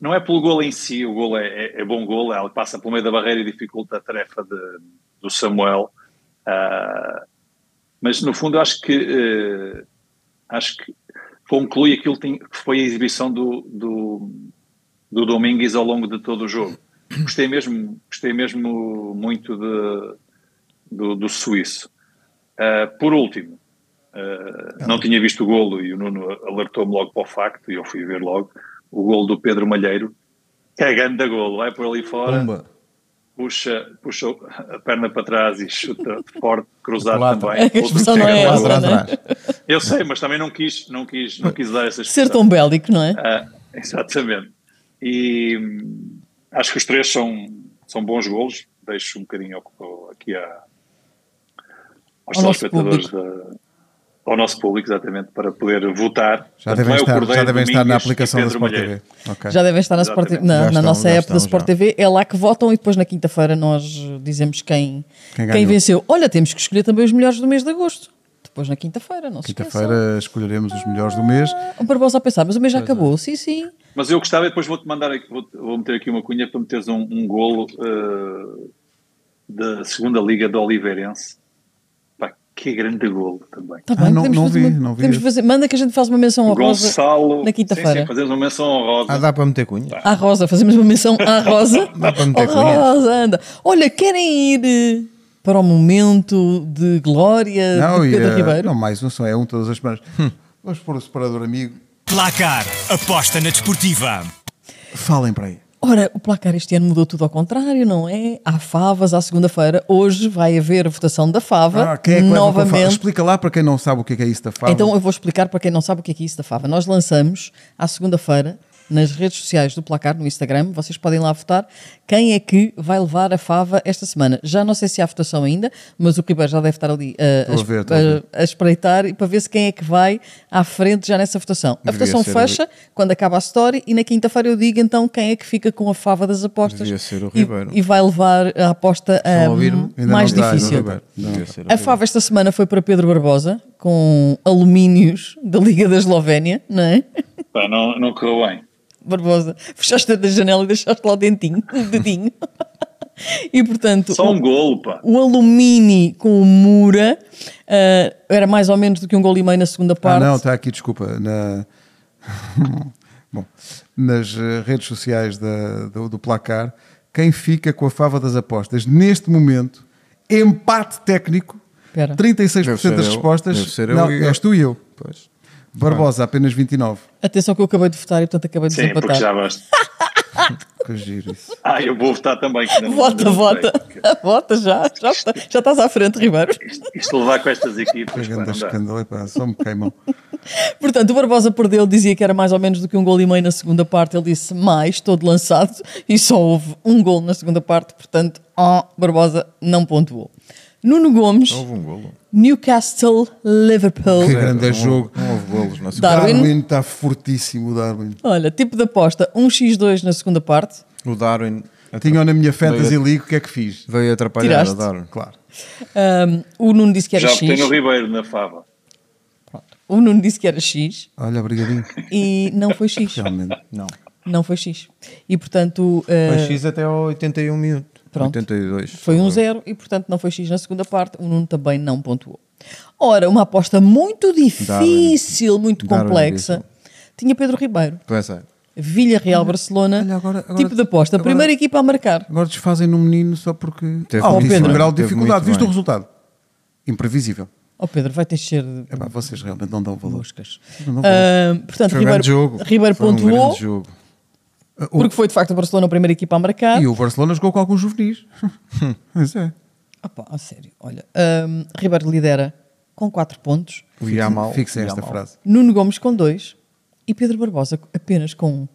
[SPEAKER 4] não é pelo golo em si, o golo é, é- é bom golo, ele passa pelo meio da barreira e dificulta a tarefa de- do Samuel. Ah, mas no fundo eu acho que eh, acho que conclui aquilo que tem- que foi a exibição do, do, do Domingues ao longo de todo o jogo. Gostei mesmo, gostei mesmo muito de- do, do suíço. Ah, por último, ah, não tinha visto o golo e o Nuno alertou-me logo para o facto e eu fui ver logo o golo do Pedro Malheiro. Que é grande golo, vai por ali fora
[SPEAKER 3] Pumba.
[SPEAKER 4] puxa, puxa a perna para trás e chuta forte, cruzado
[SPEAKER 3] Lá
[SPEAKER 4] também.
[SPEAKER 2] atrás. A
[SPEAKER 4] Outro
[SPEAKER 2] expressão não
[SPEAKER 4] chega
[SPEAKER 2] é
[SPEAKER 1] um
[SPEAKER 4] lá
[SPEAKER 2] essa,
[SPEAKER 4] atrás.
[SPEAKER 2] não é?
[SPEAKER 3] atrás.
[SPEAKER 4] Eu sei, mas também não quis, não quis, não quis dar essa
[SPEAKER 2] Ser
[SPEAKER 4] expressão.
[SPEAKER 2] tão bélico, não é?
[SPEAKER 4] Ah, exatamente. E hum, acho que os três são, são bons golos. Deixo um bocadinho ao- aqui a, aos
[SPEAKER 2] Ao nosso
[SPEAKER 4] telespectadores, da- ao nosso público, exatamente, para poder votar.
[SPEAKER 1] Já
[SPEAKER 4] Portanto,
[SPEAKER 1] devem estar,
[SPEAKER 4] Leo
[SPEAKER 1] já
[SPEAKER 4] Então é Cordeiro,
[SPEAKER 1] devem estar na
[SPEAKER 4] Domingues e
[SPEAKER 1] aplicação da
[SPEAKER 4] Pedro
[SPEAKER 1] Sport
[SPEAKER 4] Malheiro.
[SPEAKER 1] TV. Ok.
[SPEAKER 2] Já devem estar na,
[SPEAKER 4] Exatamente.
[SPEAKER 2] Sport TV, na,
[SPEAKER 3] Já
[SPEAKER 2] na
[SPEAKER 3] estão,
[SPEAKER 2] nossa
[SPEAKER 3] já
[SPEAKER 2] app da
[SPEAKER 3] estão,
[SPEAKER 2] Sport
[SPEAKER 3] já.
[SPEAKER 2] TV. É lá que votam e depois na quinta-feira nós eh, dizemos quem,
[SPEAKER 1] Quem
[SPEAKER 2] quem,
[SPEAKER 1] ganhou.
[SPEAKER 2] venceu. Olha, temos que escolher também os melhores do mês de agosto. Depois na quinta-feira, não se esqueçam.
[SPEAKER 1] Quinta-feira escolheremos os melhores do mês.
[SPEAKER 2] Um para vós a pensar, mas o mês já acabou. Sim, sim.
[SPEAKER 4] Mas eu gostava, e depois vou-te mandar, aqui- vou, vou meter aqui uma cunha para meteres um, um golo eh, da segunda liga do Oliveirense. Pá, que grande golo também.
[SPEAKER 2] Está
[SPEAKER 1] Ah,
[SPEAKER 2] Tá bem,
[SPEAKER 1] não-
[SPEAKER 2] podemos
[SPEAKER 1] não
[SPEAKER 2] fazer
[SPEAKER 1] vi,
[SPEAKER 2] uma-
[SPEAKER 1] não vi
[SPEAKER 2] podemos
[SPEAKER 1] esse.
[SPEAKER 2] fazer- manda que a gente faça uma menção à Rosa
[SPEAKER 4] Gonçalo.
[SPEAKER 2] na
[SPEAKER 4] Sim, sim,
[SPEAKER 2] quinta-feira.
[SPEAKER 4] fazemos uma menção honrosa.
[SPEAKER 3] Ah, dá para meter cunha.
[SPEAKER 2] À Rosa, fazemos uma menção à Rosa.
[SPEAKER 3] Dá para meter
[SPEAKER 2] Oh,
[SPEAKER 3] cunhas.
[SPEAKER 2] Rosa, anda. Olha, querem ir eh, para o momento de glória
[SPEAKER 1] Não,
[SPEAKER 2] de
[SPEAKER 1] e,
[SPEAKER 2] Pedro
[SPEAKER 1] eh,
[SPEAKER 2] Ribeiro?
[SPEAKER 1] não, mais um, só é um todas as semanas. Vamos pôr o separador amigo.
[SPEAKER 5] Placar, aposta na desportiva.
[SPEAKER 1] Falem para aí.
[SPEAKER 2] Ora, o placar este ano mudou tudo ao contrário, não é? Há favas à segunda-feira. Hoje vai haver a votação da fava.
[SPEAKER 1] Ah, quem é que leva com a fava?
[SPEAKER 2] novamente.
[SPEAKER 1] Explica lá para quem não sabe o que é, que é isso da fava.
[SPEAKER 2] Então eu vou explicar para quem não sabe o que é, que é isso da fava. Nós lançamos à segunda-feira nas redes sociais do Placar, no Instagram, vocês podem lá votar quem é que vai levar a fava esta semana. Já não sei se há votação ainda, mas o Ribeiro já deve estar ali uh,
[SPEAKER 1] Estou a
[SPEAKER 2] es-
[SPEAKER 1] ver, estou a ver.
[SPEAKER 2] a espreitar e para ver se quem é que vai à frente já nessa votação. A
[SPEAKER 3] Devia
[SPEAKER 2] votação
[SPEAKER 3] ser
[SPEAKER 2] fecha quando acaba a story e na quinta-feira eu digo então quem é que fica com a fava das apostas
[SPEAKER 3] Devia ser o
[SPEAKER 2] e-
[SPEAKER 3] Ribeiro.
[SPEAKER 2] E, vai levar a aposta
[SPEAKER 3] Estão a
[SPEAKER 2] a
[SPEAKER 3] ouvir-me?
[SPEAKER 1] Ainda
[SPEAKER 2] mais
[SPEAKER 1] não está, ainda
[SPEAKER 2] difícil.
[SPEAKER 1] não está.
[SPEAKER 3] Devia ser o
[SPEAKER 2] A
[SPEAKER 3] Ribeiro.
[SPEAKER 2] fava esta semana foi para Pedro Barbosa com alumínios da Liga da Eslovénia, não é?
[SPEAKER 4] Pá, não, não correu bem.
[SPEAKER 2] Barbosa, fechaste a da janela e deixaste lá o dentinho, o dedinho. E portanto,
[SPEAKER 4] Só um
[SPEAKER 2] o-
[SPEAKER 4] golo, pá.
[SPEAKER 2] o alumínio com o Mura ah, era mais ou menos do que um gol e meio na segunda
[SPEAKER 1] Ah,
[SPEAKER 2] parte.
[SPEAKER 4] tá.
[SPEAKER 1] não, está aqui, desculpa. Na, Bom, nas eh, redes sociais da- do, do placar, quem fica com a fava das apostas neste momento, empate técnico,
[SPEAKER 2] Espera.
[SPEAKER 1] 36%
[SPEAKER 3] Deve ser
[SPEAKER 1] das
[SPEAKER 3] eu,
[SPEAKER 1] respostas.
[SPEAKER 3] deve ser eu
[SPEAKER 1] não,
[SPEAKER 3] e-
[SPEAKER 1] és tu e eu.
[SPEAKER 3] Pois.
[SPEAKER 1] Barbosa, apenas 29.
[SPEAKER 2] Atenção que eu acabei de votar e portanto acabei de
[SPEAKER 4] Sim, porque
[SPEAKER 2] desempatar.
[SPEAKER 4] já basta.
[SPEAKER 1] Que giro isso.
[SPEAKER 4] Ah, eu vou votar também. que ainda não-
[SPEAKER 2] Vota,
[SPEAKER 4] ainda não
[SPEAKER 2] vota.
[SPEAKER 4] votei.
[SPEAKER 2] Vota já. Já, está- já estás à frente, Ribeiro.
[SPEAKER 4] Isto, isto levar com estas
[SPEAKER 1] Que
[SPEAKER 4] equipas, pá,
[SPEAKER 1] grande
[SPEAKER 4] não dá.
[SPEAKER 1] escândalo, epá, só me queimam.
[SPEAKER 2] Portanto, o Barbosa perdeu, dizia que era mais ou menos do que um gol e meio na segunda parte. Ele disse mais, todo lançado, e só houve um gol na segunda parte. Portanto, ah, Barbosa não pontuou. Nuno Gomes,
[SPEAKER 3] Não houve um golo.
[SPEAKER 2] Newcastle, Liverpool.
[SPEAKER 1] Que grande
[SPEAKER 3] Não-
[SPEAKER 1] jogo.
[SPEAKER 3] Não houve um- golos na
[SPEAKER 2] Dá.
[SPEAKER 3] segunda.
[SPEAKER 2] Darwin.
[SPEAKER 1] Darwin está fortíssimo, o Darwin.
[SPEAKER 2] Olha, tipo de aposta, 1x2 na segunda parte.
[SPEAKER 3] O Darwin
[SPEAKER 1] Tinham na minha Fantasy
[SPEAKER 3] Veio-
[SPEAKER 1] League, o que é que fiz?
[SPEAKER 3] veio atrapalhar
[SPEAKER 2] Tiraste?
[SPEAKER 3] o Darwin.
[SPEAKER 1] Claro.
[SPEAKER 2] Ahm, o Nuno disse que era
[SPEAKER 4] Já votei
[SPEAKER 2] X.
[SPEAKER 4] no Ribeiro, na Fava.
[SPEAKER 2] O Nuno disse que era X
[SPEAKER 1] Olha, obrigadinho.
[SPEAKER 2] e não foi X.
[SPEAKER 1] Realmente.
[SPEAKER 3] Não.
[SPEAKER 2] Não foi X. E portanto.
[SPEAKER 3] Foi
[SPEAKER 2] ah,
[SPEAKER 3] X até ao 81 minuto.
[SPEAKER 2] Pronto.
[SPEAKER 3] 82.
[SPEAKER 2] Foi
[SPEAKER 1] Uhum.
[SPEAKER 2] um zero e, portanto, não foi X na segunda parte. O Nuno também não pontuou. Ora, uma aposta muito difícil, muito
[SPEAKER 3] Darwin
[SPEAKER 2] complexa. Tinha Pedro Ribeiro,
[SPEAKER 3] Começa.
[SPEAKER 2] Vilha Real Barcelona.
[SPEAKER 1] olha, agora- agora-
[SPEAKER 2] tipo de aposta.
[SPEAKER 1] agora-
[SPEAKER 2] Primeira equipa a marcar.
[SPEAKER 1] Agora desfazem no menino só porque
[SPEAKER 3] Teve
[SPEAKER 1] há
[SPEAKER 3] muito
[SPEAKER 1] um
[SPEAKER 3] bem.
[SPEAKER 1] grau de
[SPEAKER 3] Teve
[SPEAKER 1] dificuldade.
[SPEAKER 3] muito
[SPEAKER 1] Viste o
[SPEAKER 3] bem.
[SPEAKER 1] resultado? Hum. Imprevisível.
[SPEAKER 2] Oh Pedro, vai ter de ser
[SPEAKER 3] É
[SPEAKER 1] Epá, vocês realmente não dão valor.
[SPEAKER 2] moscas.
[SPEAKER 1] Não vou.
[SPEAKER 2] Ah, portanto,
[SPEAKER 3] Foi um
[SPEAKER 2] Ribeiro,
[SPEAKER 3] grande jogo.
[SPEAKER 2] Ribeiro
[SPEAKER 3] Foi um
[SPEAKER 2] pontuou,
[SPEAKER 3] grande jogo.
[SPEAKER 2] porque foi de facto o Barcelona a primeira equipa a marcar.
[SPEAKER 1] E o Barcelona jogou com alguns juvenis. Pois é.
[SPEAKER 2] Ah pá, a sério, olha. ah, Ribeiro lidera com 4 pontos,
[SPEAKER 3] O Yamal.
[SPEAKER 1] Fixem
[SPEAKER 3] o
[SPEAKER 1] esta
[SPEAKER 3] Yamal.
[SPEAKER 1] frase.
[SPEAKER 2] Nuno Gomes com 2 e Pedro Barbosa apenas com 1. Um.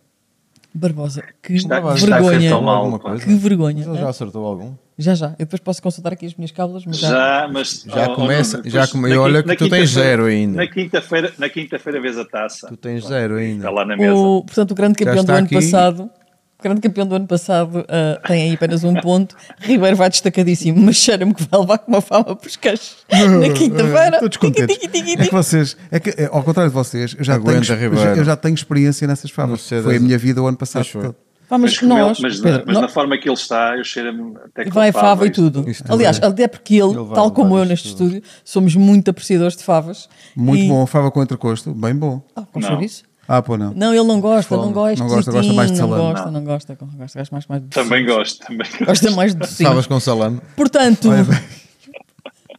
[SPEAKER 2] Barbosa, que
[SPEAKER 4] Está- está a
[SPEAKER 2] vergonha.
[SPEAKER 4] ser tão mal,
[SPEAKER 3] Alguma
[SPEAKER 4] pá.
[SPEAKER 3] coisa.
[SPEAKER 2] Que vergonha. é?
[SPEAKER 3] Mas ele já acertou algum?
[SPEAKER 2] Já, já. Eu depois posso consultar aqui as minhas cábulas, mas já.
[SPEAKER 4] Já, mas
[SPEAKER 3] Já
[SPEAKER 4] oh, oh,
[SPEAKER 3] começa-
[SPEAKER 4] Nuno,
[SPEAKER 3] já
[SPEAKER 4] depois-
[SPEAKER 3] come-
[SPEAKER 4] na
[SPEAKER 3] olha
[SPEAKER 4] quinta-
[SPEAKER 3] que tu
[SPEAKER 4] na
[SPEAKER 3] tens
[SPEAKER 4] quinta-feira-
[SPEAKER 3] zero ainda.
[SPEAKER 4] Na quinta-feira, na quinta-feira vês a taça.
[SPEAKER 3] Tu tens zero ainda.
[SPEAKER 4] Está Tá lá na mesa.
[SPEAKER 2] O, portanto, o grande campeão do
[SPEAKER 3] está
[SPEAKER 2] ano
[SPEAKER 3] aqui.
[SPEAKER 2] passado. O grande campeão do ano passado ah, tem aí apenas um ponto. Ribeiro vai destacadíssimo, mas cheira-me que vai levar com uma fama para os cachos na quinta-feira.
[SPEAKER 1] Estou Eh, descontente.
[SPEAKER 2] Tiqui, tiqui, tiqui,
[SPEAKER 1] É que vocês, é que, é, ao contrário de vocês, eu já,
[SPEAKER 3] Aguenta,
[SPEAKER 1] tenho, eu
[SPEAKER 3] Ribeiro.
[SPEAKER 1] já- eu já tenho experiência nessas favas.
[SPEAKER 3] Não sei
[SPEAKER 1] Foi a
[SPEAKER 3] das-
[SPEAKER 1] minha vida o ano passado.
[SPEAKER 3] Pois foi.
[SPEAKER 1] todo.
[SPEAKER 2] Pá, mas,
[SPEAKER 4] Mas,
[SPEAKER 2] nós,
[SPEAKER 4] mas, na-
[SPEAKER 2] Pedro,
[SPEAKER 4] mas
[SPEAKER 2] nó-
[SPEAKER 4] na é forma que ele está, eu cheiro-me até que
[SPEAKER 2] vai a
[SPEAKER 4] ele
[SPEAKER 2] fava e tudo.
[SPEAKER 3] isto também.
[SPEAKER 2] Aliás, até porque ele,
[SPEAKER 3] Ele vai
[SPEAKER 2] tal como
[SPEAKER 3] levar
[SPEAKER 2] eu
[SPEAKER 3] isto
[SPEAKER 2] neste
[SPEAKER 3] tudo.
[SPEAKER 2] estúdio, somos muito apreciadores de favas.
[SPEAKER 1] Muito
[SPEAKER 2] E-
[SPEAKER 1] bom. Fava com entrecosto. Bem bom.
[SPEAKER 2] Ah, como
[SPEAKER 4] Não.
[SPEAKER 2] sabe isso?
[SPEAKER 1] Ah, pô, não.
[SPEAKER 2] Não, ele não gosta, não gosta.
[SPEAKER 1] Não gosta, gosta mais de
[SPEAKER 2] docinho,
[SPEAKER 1] salame.
[SPEAKER 2] Não gosta, não gosta. Gosta, gosta mais, mais de
[SPEAKER 4] Também
[SPEAKER 2] docinho.
[SPEAKER 4] gosto, também gosto.
[SPEAKER 2] Gosta mais de docinho.
[SPEAKER 3] Estavas com salame.
[SPEAKER 2] Portanto,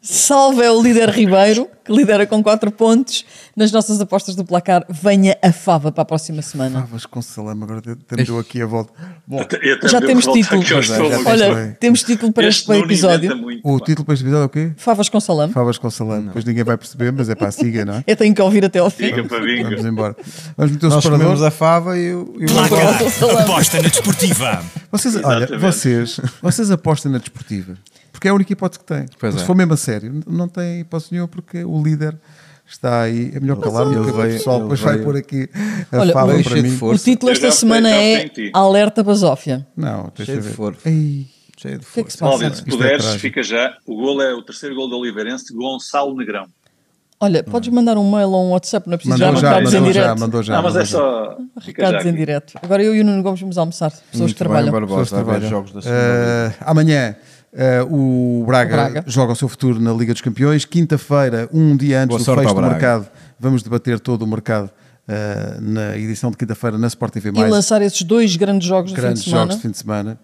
[SPEAKER 2] salve é o líder Ribeiro, que lidera com 4 pontos. Nas nossas apostas do placar, venha a fava para a próxima semana.
[SPEAKER 1] Favas com salame. Agora até me deu aqui a volta. Bom,
[SPEAKER 4] Eu até
[SPEAKER 2] Já
[SPEAKER 4] me
[SPEAKER 2] temos
[SPEAKER 4] revolta
[SPEAKER 2] título.
[SPEAKER 4] que eu estou
[SPEAKER 1] já
[SPEAKER 4] a-
[SPEAKER 1] tens
[SPEAKER 2] Olha,
[SPEAKER 1] bem.
[SPEAKER 2] temos título para este,
[SPEAKER 4] Nuno
[SPEAKER 2] episódio.
[SPEAKER 4] inventa muito,
[SPEAKER 1] o
[SPEAKER 4] pá.
[SPEAKER 1] título para este episódio é o quê?
[SPEAKER 2] Favas com salame.
[SPEAKER 1] Favas com salame. Depois ninguém vai perceber, mas é para a siga, não é?
[SPEAKER 2] Eu tenho que ouvir até ao fim.
[SPEAKER 4] Diga para vinho.
[SPEAKER 1] Vamos embora. Vamos meter o
[SPEAKER 3] Nós comemos
[SPEAKER 1] separador.
[SPEAKER 3] a fava e o. e o-
[SPEAKER 5] Placar.
[SPEAKER 2] Salame.
[SPEAKER 5] Aposta na desportiva.
[SPEAKER 1] Vocês, olha,
[SPEAKER 4] Exatamente.
[SPEAKER 1] vocês, vocês apostam na desportiva. Porque é a única hipótese que tem.
[SPEAKER 3] Pois
[SPEAKER 1] Se
[SPEAKER 3] é.
[SPEAKER 1] for mesmo a sério, n- não tem hipótese nenhuma porque o líder está aí. É melhor calar-me
[SPEAKER 3] ele
[SPEAKER 1] porque o
[SPEAKER 3] veio-
[SPEAKER 1] pessoal
[SPEAKER 3] ele
[SPEAKER 1] depois vai
[SPEAKER 3] veio-
[SPEAKER 1] pôr aqui a
[SPEAKER 2] Olha,
[SPEAKER 1] fala
[SPEAKER 3] veio
[SPEAKER 1] para
[SPEAKER 3] cheio de
[SPEAKER 1] mim.
[SPEAKER 3] força.
[SPEAKER 2] O título
[SPEAKER 4] Eu
[SPEAKER 2] esta
[SPEAKER 4] já sei,
[SPEAKER 2] semana
[SPEAKER 4] já
[SPEAKER 2] é
[SPEAKER 4] senti.
[SPEAKER 2] Alerta Basófia.
[SPEAKER 1] Não, deixa
[SPEAKER 3] Cheio de
[SPEAKER 1] ver.
[SPEAKER 3] força.
[SPEAKER 1] Ei,
[SPEAKER 3] Cheio de
[SPEAKER 2] que é que se passa?
[SPEAKER 3] força.
[SPEAKER 4] Cláudio, se
[SPEAKER 2] Isto
[SPEAKER 1] é
[SPEAKER 4] puderes,
[SPEAKER 1] trágico.
[SPEAKER 4] fica já. O gol é o terceiro gol do Oliveirense, Gonçalo Negrão.
[SPEAKER 2] Olha, podes mandar um mail ou um WhatsApp, não é preciso
[SPEAKER 1] mandou
[SPEAKER 2] já
[SPEAKER 1] já, um
[SPEAKER 2] mandares em
[SPEAKER 1] mandou já,
[SPEAKER 2] direto.
[SPEAKER 1] mandou já.
[SPEAKER 4] não, mas
[SPEAKER 1] mandou
[SPEAKER 4] é
[SPEAKER 1] já.
[SPEAKER 4] só. Fica já
[SPEAKER 2] Recados em
[SPEAKER 4] aqui.
[SPEAKER 2] direto. Agora eu e o Nuno Gomes vamos almoçar. Pessoas
[SPEAKER 3] Muito
[SPEAKER 2] que trabalham.
[SPEAKER 3] Bem,
[SPEAKER 1] Pessoas
[SPEAKER 3] Barbosa, a ver
[SPEAKER 1] trabalham.
[SPEAKER 3] jogos da segunda.
[SPEAKER 1] Eh, amanhã eh, o, Braga
[SPEAKER 2] O Braga.
[SPEAKER 1] joga o seu futuro na Liga dos Campeões. Quinta-feira, um dia antes
[SPEAKER 3] Boa
[SPEAKER 1] do
[SPEAKER 3] sorte
[SPEAKER 1] fecho
[SPEAKER 3] ao
[SPEAKER 1] do
[SPEAKER 3] Braga.
[SPEAKER 1] mercado, vamos debater todo o mercado eh, na edição de quinta-feira na Sport TV+.
[SPEAKER 2] e lançar esses dois grandes jogos no fim de
[SPEAKER 1] grandes
[SPEAKER 2] semana.
[SPEAKER 1] jogos de fim de semana.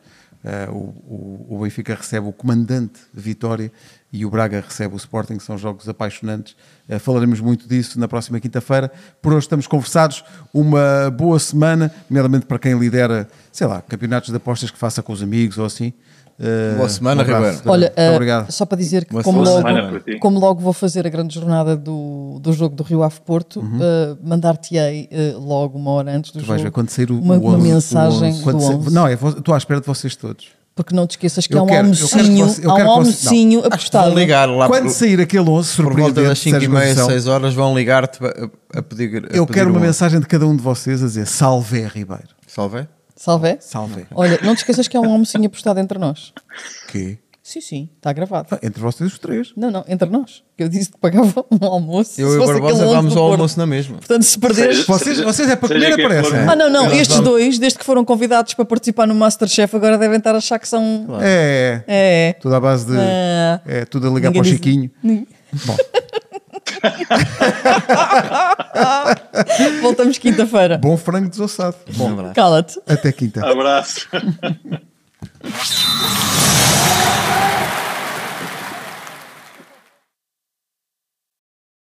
[SPEAKER 1] Eh, o, o- o Benfica recebe o comandante Vitória e o Braga recebe o Sporting, são jogos apaixonantes. Eh, falaremos muito disso na próxima quinta-feira. Por hoje estamos conversados. Uma boa semana, nomeadamente para quem lidera, sei lá, campeonatos de apostas que faça com os amigos ou assim. Eh,
[SPEAKER 3] Boa semana,
[SPEAKER 1] abraço.
[SPEAKER 3] Ribeiro.
[SPEAKER 2] Olha,
[SPEAKER 1] Muito
[SPEAKER 2] ah,
[SPEAKER 1] obrigado.
[SPEAKER 2] só para dizer que
[SPEAKER 3] Boa
[SPEAKER 2] como
[SPEAKER 3] semana.
[SPEAKER 2] logo,
[SPEAKER 3] Boa semana
[SPEAKER 4] para ti.
[SPEAKER 2] como logo vou fazer a grande jornada do, do jogo do Rio Ave Porto, ah, mandar-te-ei ah, logo uma hora antes do
[SPEAKER 1] Uhum. Tu
[SPEAKER 2] jogo
[SPEAKER 1] vais ver quando sair o,
[SPEAKER 2] uma,
[SPEAKER 1] o 11,
[SPEAKER 2] uma
[SPEAKER 1] o
[SPEAKER 2] mensagem
[SPEAKER 1] 11, quando
[SPEAKER 2] do
[SPEAKER 1] sair-
[SPEAKER 2] 11,
[SPEAKER 1] Não, é vo- estou à espera de vocês todos.
[SPEAKER 2] porque não te esqueças que
[SPEAKER 1] Eu
[SPEAKER 2] há um
[SPEAKER 1] quero- eu quero que
[SPEAKER 2] almocinho,
[SPEAKER 1] você- eu
[SPEAKER 2] há
[SPEAKER 1] quero
[SPEAKER 2] um
[SPEAKER 1] que você-
[SPEAKER 2] almocinho apostado.
[SPEAKER 3] Vão ligar lá
[SPEAKER 1] Quando
[SPEAKER 3] por,
[SPEAKER 1] sair aquele 11,
[SPEAKER 3] por volta
[SPEAKER 1] surpreendente,
[SPEAKER 3] das 5 e
[SPEAKER 1] Sérgio
[SPEAKER 3] meia,
[SPEAKER 1] Conceição,
[SPEAKER 3] 6 horas, vão ligar-te a, a pedir. a
[SPEAKER 1] Eu
[SPEAKER 3] pedir
[SPEAKER 1] quero uma
[SPEAKER 3] o-
[SPEAKER 1] mensagem de cada um de vocês a dizer salve Ribeiro.
[SPEAKER 3] Salve? é?
[SPEAKER 2] Salve.
[SPEAKER 1] Salve.
[SPEAKER 2] Olha, não te esqueças que há um almocinho apostado entre nós.
[SPEAKER 1] Quê?
[SPEAKER 2] Sim, sim, está gravado.
[SPEAKER 1] Entre vocês os três.
[SPEAKER 2] Não, não, entre nós. que Eu disse que pagava um almoço.
[SPEAKER 3] Eu
[SPEAKER 2] se
[SPEAKER 3] e o
[SPEAKER 2] fosse aquele
[SPEAKER 3] Barbosa
[SPEAKER 2] longe
[SPEAKER 3] vamos
[SPEAKER 2] do
[SPEAKER 3] ao
[SPEAKER 2] Porto.
[SPEAKER 3] almoço na mesma.
[SPEAKER 2] Portanto, se perderes.
[SPEAKER 4] Seja-
[SPEAKER 1] Vocês- vocês é a primeira
[SPEAKER 4] seja quem
[SPEAKER 1] aparece,
[SPEAKER 4] for,
[SPEAKER 1] é?
[SPEAKER 2] Ah, não, não.
[SPEAKER 3] Nós
[SPEAKER 2] Estes
[SPEAKER 3] vamos.
[SPEAKER 2] dois, desde que foram convidados para participar no Masterchef, agora devem estar a achar que são.
[SPEAKER 1] É.
[SPEAKER 2] É.
[SPEAKER 1] Tudo à base de.
[SPEAKER 2] Ah.
[SPEAKER 1] É tudo a ligar
[SPEAKER 2] Ninguém
[SPEAKER 1] para o
[SPEAKER 2] diz-
[SPEAKER 1] Chiquinho.
[SPEAKER 2] Ninguém-
[SPEAKER 1] Bom.
[SPEAKER 2] Voltamos quinta-feira.
[SPEAKER 1] Bom frango desossado. Bom,
[SPEAKER 2] Cala-te.
[SPEAKER 1] até quinta.
[SPEAKER 4] Abraço.